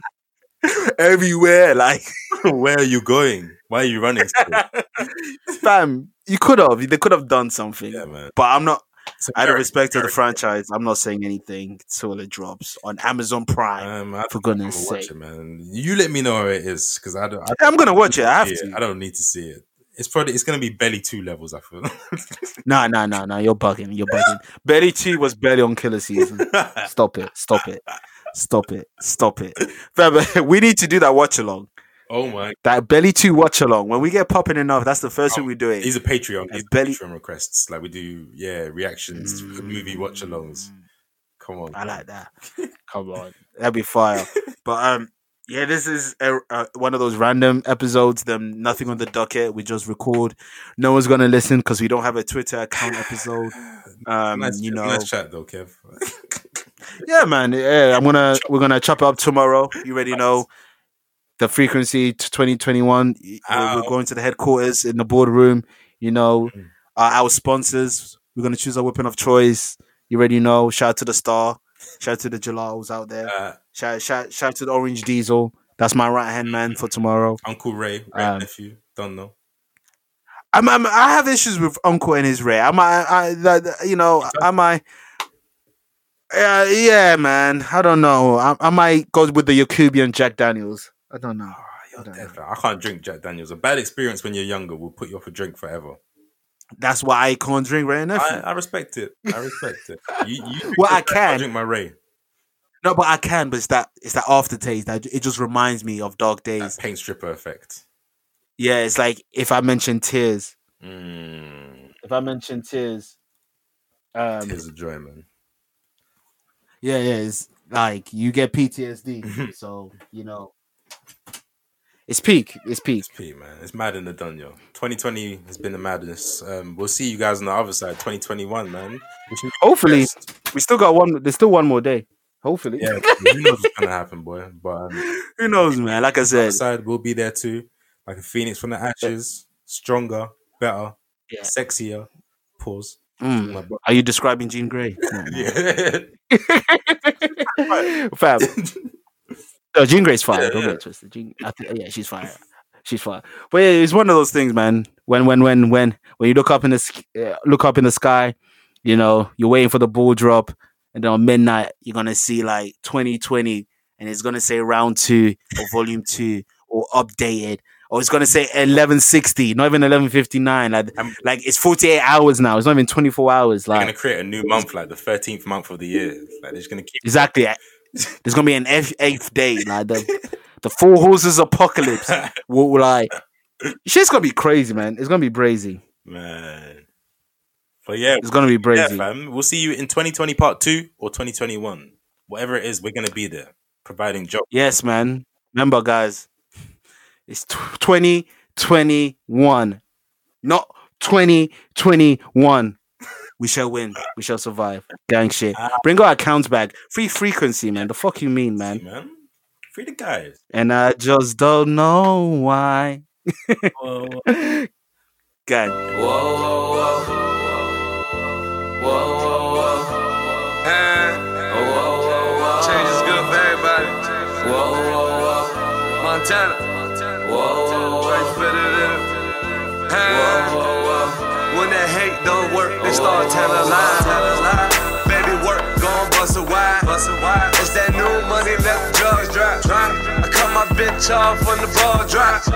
S2: everywhere, like
S1: mm. Where are you going? Why are you running? still?
S2: fam. You could have. They could have done something.
S1: yeah, man.
S2: But I'm not.
S1: It's
S2: Out of
S1: America.
S2: respect to the franchise, I'm not saying anything till it drops on Amazon Prime.
S1: Um, I,
S2: for
S1: I'm
S2: goodness
S1: gonna watch
S2: sake,
S1: it, man. You let me know how it is because I don't. I
S2: I'm gonna watch it. I have
S1: yeah,
S2: to.
S1: I don't need to see it. It's probably it's gonna be belly two levels. I feel.
S2: Nah, nah, nah, nah. You're bugging. You're bugging. Betty T was barely on killer season. Stop it. Stop it. Stop it. Stop it. Fam, we need to do that watch along.
S1: oh my!
S2: That belly two watch along. When we get popping enough, that's the
S1: Oh,
S2: first thing we're doing.
S1: These are Patreon.
S2: A
S1: These
S2: belly- Mm.
S1: belly- Patreon requests. Like we do, yeah, reactions, movie watch alongs. Come on,
S2: I like that. Come on, that'd be fire. But um, yeah, this is a, a, one of those random episodes. Them nothing on the docket. We just record. No one's gonna listen because we don't have a Twitter account episode. Um,
S1: nice,
S2: you know,
S1: nice chat though, Kev.
S2: yeah, man. Yeah, I'm gonna we're gonna chop it up tomorrow. You already know. The frequency to 2021. y- We're, we're
S1: Ow.
S2: going to the headquarters in the boardroom. You know,
S1: Mm.
S2: uh, our sponsors. We're gonna choose our weapon of choice. You already know. Shout out to the star. Shout out to the gelatos out there.
S1: Uh,
S2: Shout shout shout to the Orange Diesel. That's my right hand man for tomorrow.
S1: Uncle Ray, Ray
S2: Um,
S1: nephew. Don't know.
S2: I'm, I'm, I have issues with Uncle and his Ray. Am I, I the, the- you know, am I? Uh, yeah, man. I don't know. I, I might go with the Yakubian Jack Daniels. I don't know.
S1: Ah, you're
S2: I don't
S1: dead, man. I can't drink Jack Daniels. A bad experience when you're younger will put you off a drink forever.
S2: That's why I can't drink Ray and
S1: I,
S2: Nephew.
S1: I respect it. I respect it. You, you drink
S2: Well,
S1: your
S2: I
S1: Jack,
S2: can.
S1: drink my Ray.
S2: No, but I can. But it's that it's that aftertaste. That it just reminds me of dark
S1: That
S2: days.
S1: paint stripper effect.
S2: Yeah, it's like if I mention tears.
S1: Mm,
S2: If I mention tears. Um,
S1: tears of joy, man.
S2: Yeah, yeah, it's like you get PTSD.
S1: Mhm.
S2: so you know, Mm-hmm. it's peak. It's peak.
S1: It's P, man. It's mad in the dun, yo. 2020 has been the madness. Um, we'll see you guys on the other side. 2021, man. Wish you
S2: Hopefully,
S1: the best.
S2: we still got one. There's still one more day. Hopefully,
S1: Yeah, who knows what's gonna happen, boy? But um,
S2: who knows, man? Like I said,
S1: side will be there too, like a phoenix from the ashes, stronger, better,
S2: Yeah.
S1: sexier. Pause.
S2: mm,
S1: My bro-
S2: are you describing Jean Grey?
S1: yeah.
S2: Fab. No, Jean Grey's fire.
S1: Yeah,
S2: Don't
S1: yeah.
S2: get it twisted. Jean, I think, yeah, she's fire. She's fire. But yeah, it's one of those things, man. When, when, when, when, when you look up in the sk- uh, look up in the sky, you know, you're waiting for the ball drop, and then on midnight you're gonna see like 2020, and it's gonna say round two or volume two or updated, or it's gonna say 1160, not even 1159. Like,
S1: I'm-
S2: like it's 48 hours now. It's not even 24 hours.
S1: They're
S2: Like,
S1: gonna create a new month, like the 13th month of the year. Like they're just gonna keep.
S2: Exactly. There's gonna be an eighth, eighth day, like the the four horses apocalypse. Will like shit's gonna be crazy, man. It's gonna be brazy.
S1: Man. But yeah,
S2: It's gonna be
S1: yeah,
S2: brazy.
S1: fam. We'll see you in 2020 part two or 2021. Whatever it is, we're gonna be there, providing jobs.
S2: yes, man. Remember, guys, it's twenty twenty one, not twenty twenty one. We shall win. We shall survive. Gang shit. Bring our accounts back. Free frequency, man. The fuck you mean, man?
S1: man. Free the guys.
S2: And I just don't know why.
S1: Whoa, whoa.
S2: Gang.
S3: Whoa, whoa, whoa. Whoa, whoa, whoa. Whoa, whoa, whoa, whoa.
S4: Change is good for everybody.
S3: Whoa, whoa, whoa.
S4: Montana.
S3: Whoa, whoa,
S4: Straight
S3: whoa.
S4: fit it
S3: Whoa,
S4: in. Hey.
S3: whoa, whoa.
S4: When that hate don't work, they start telling lies. Baby work, gon' bust a wide. It's that new money left drugs drop. I cut my bitch off when the ball drops.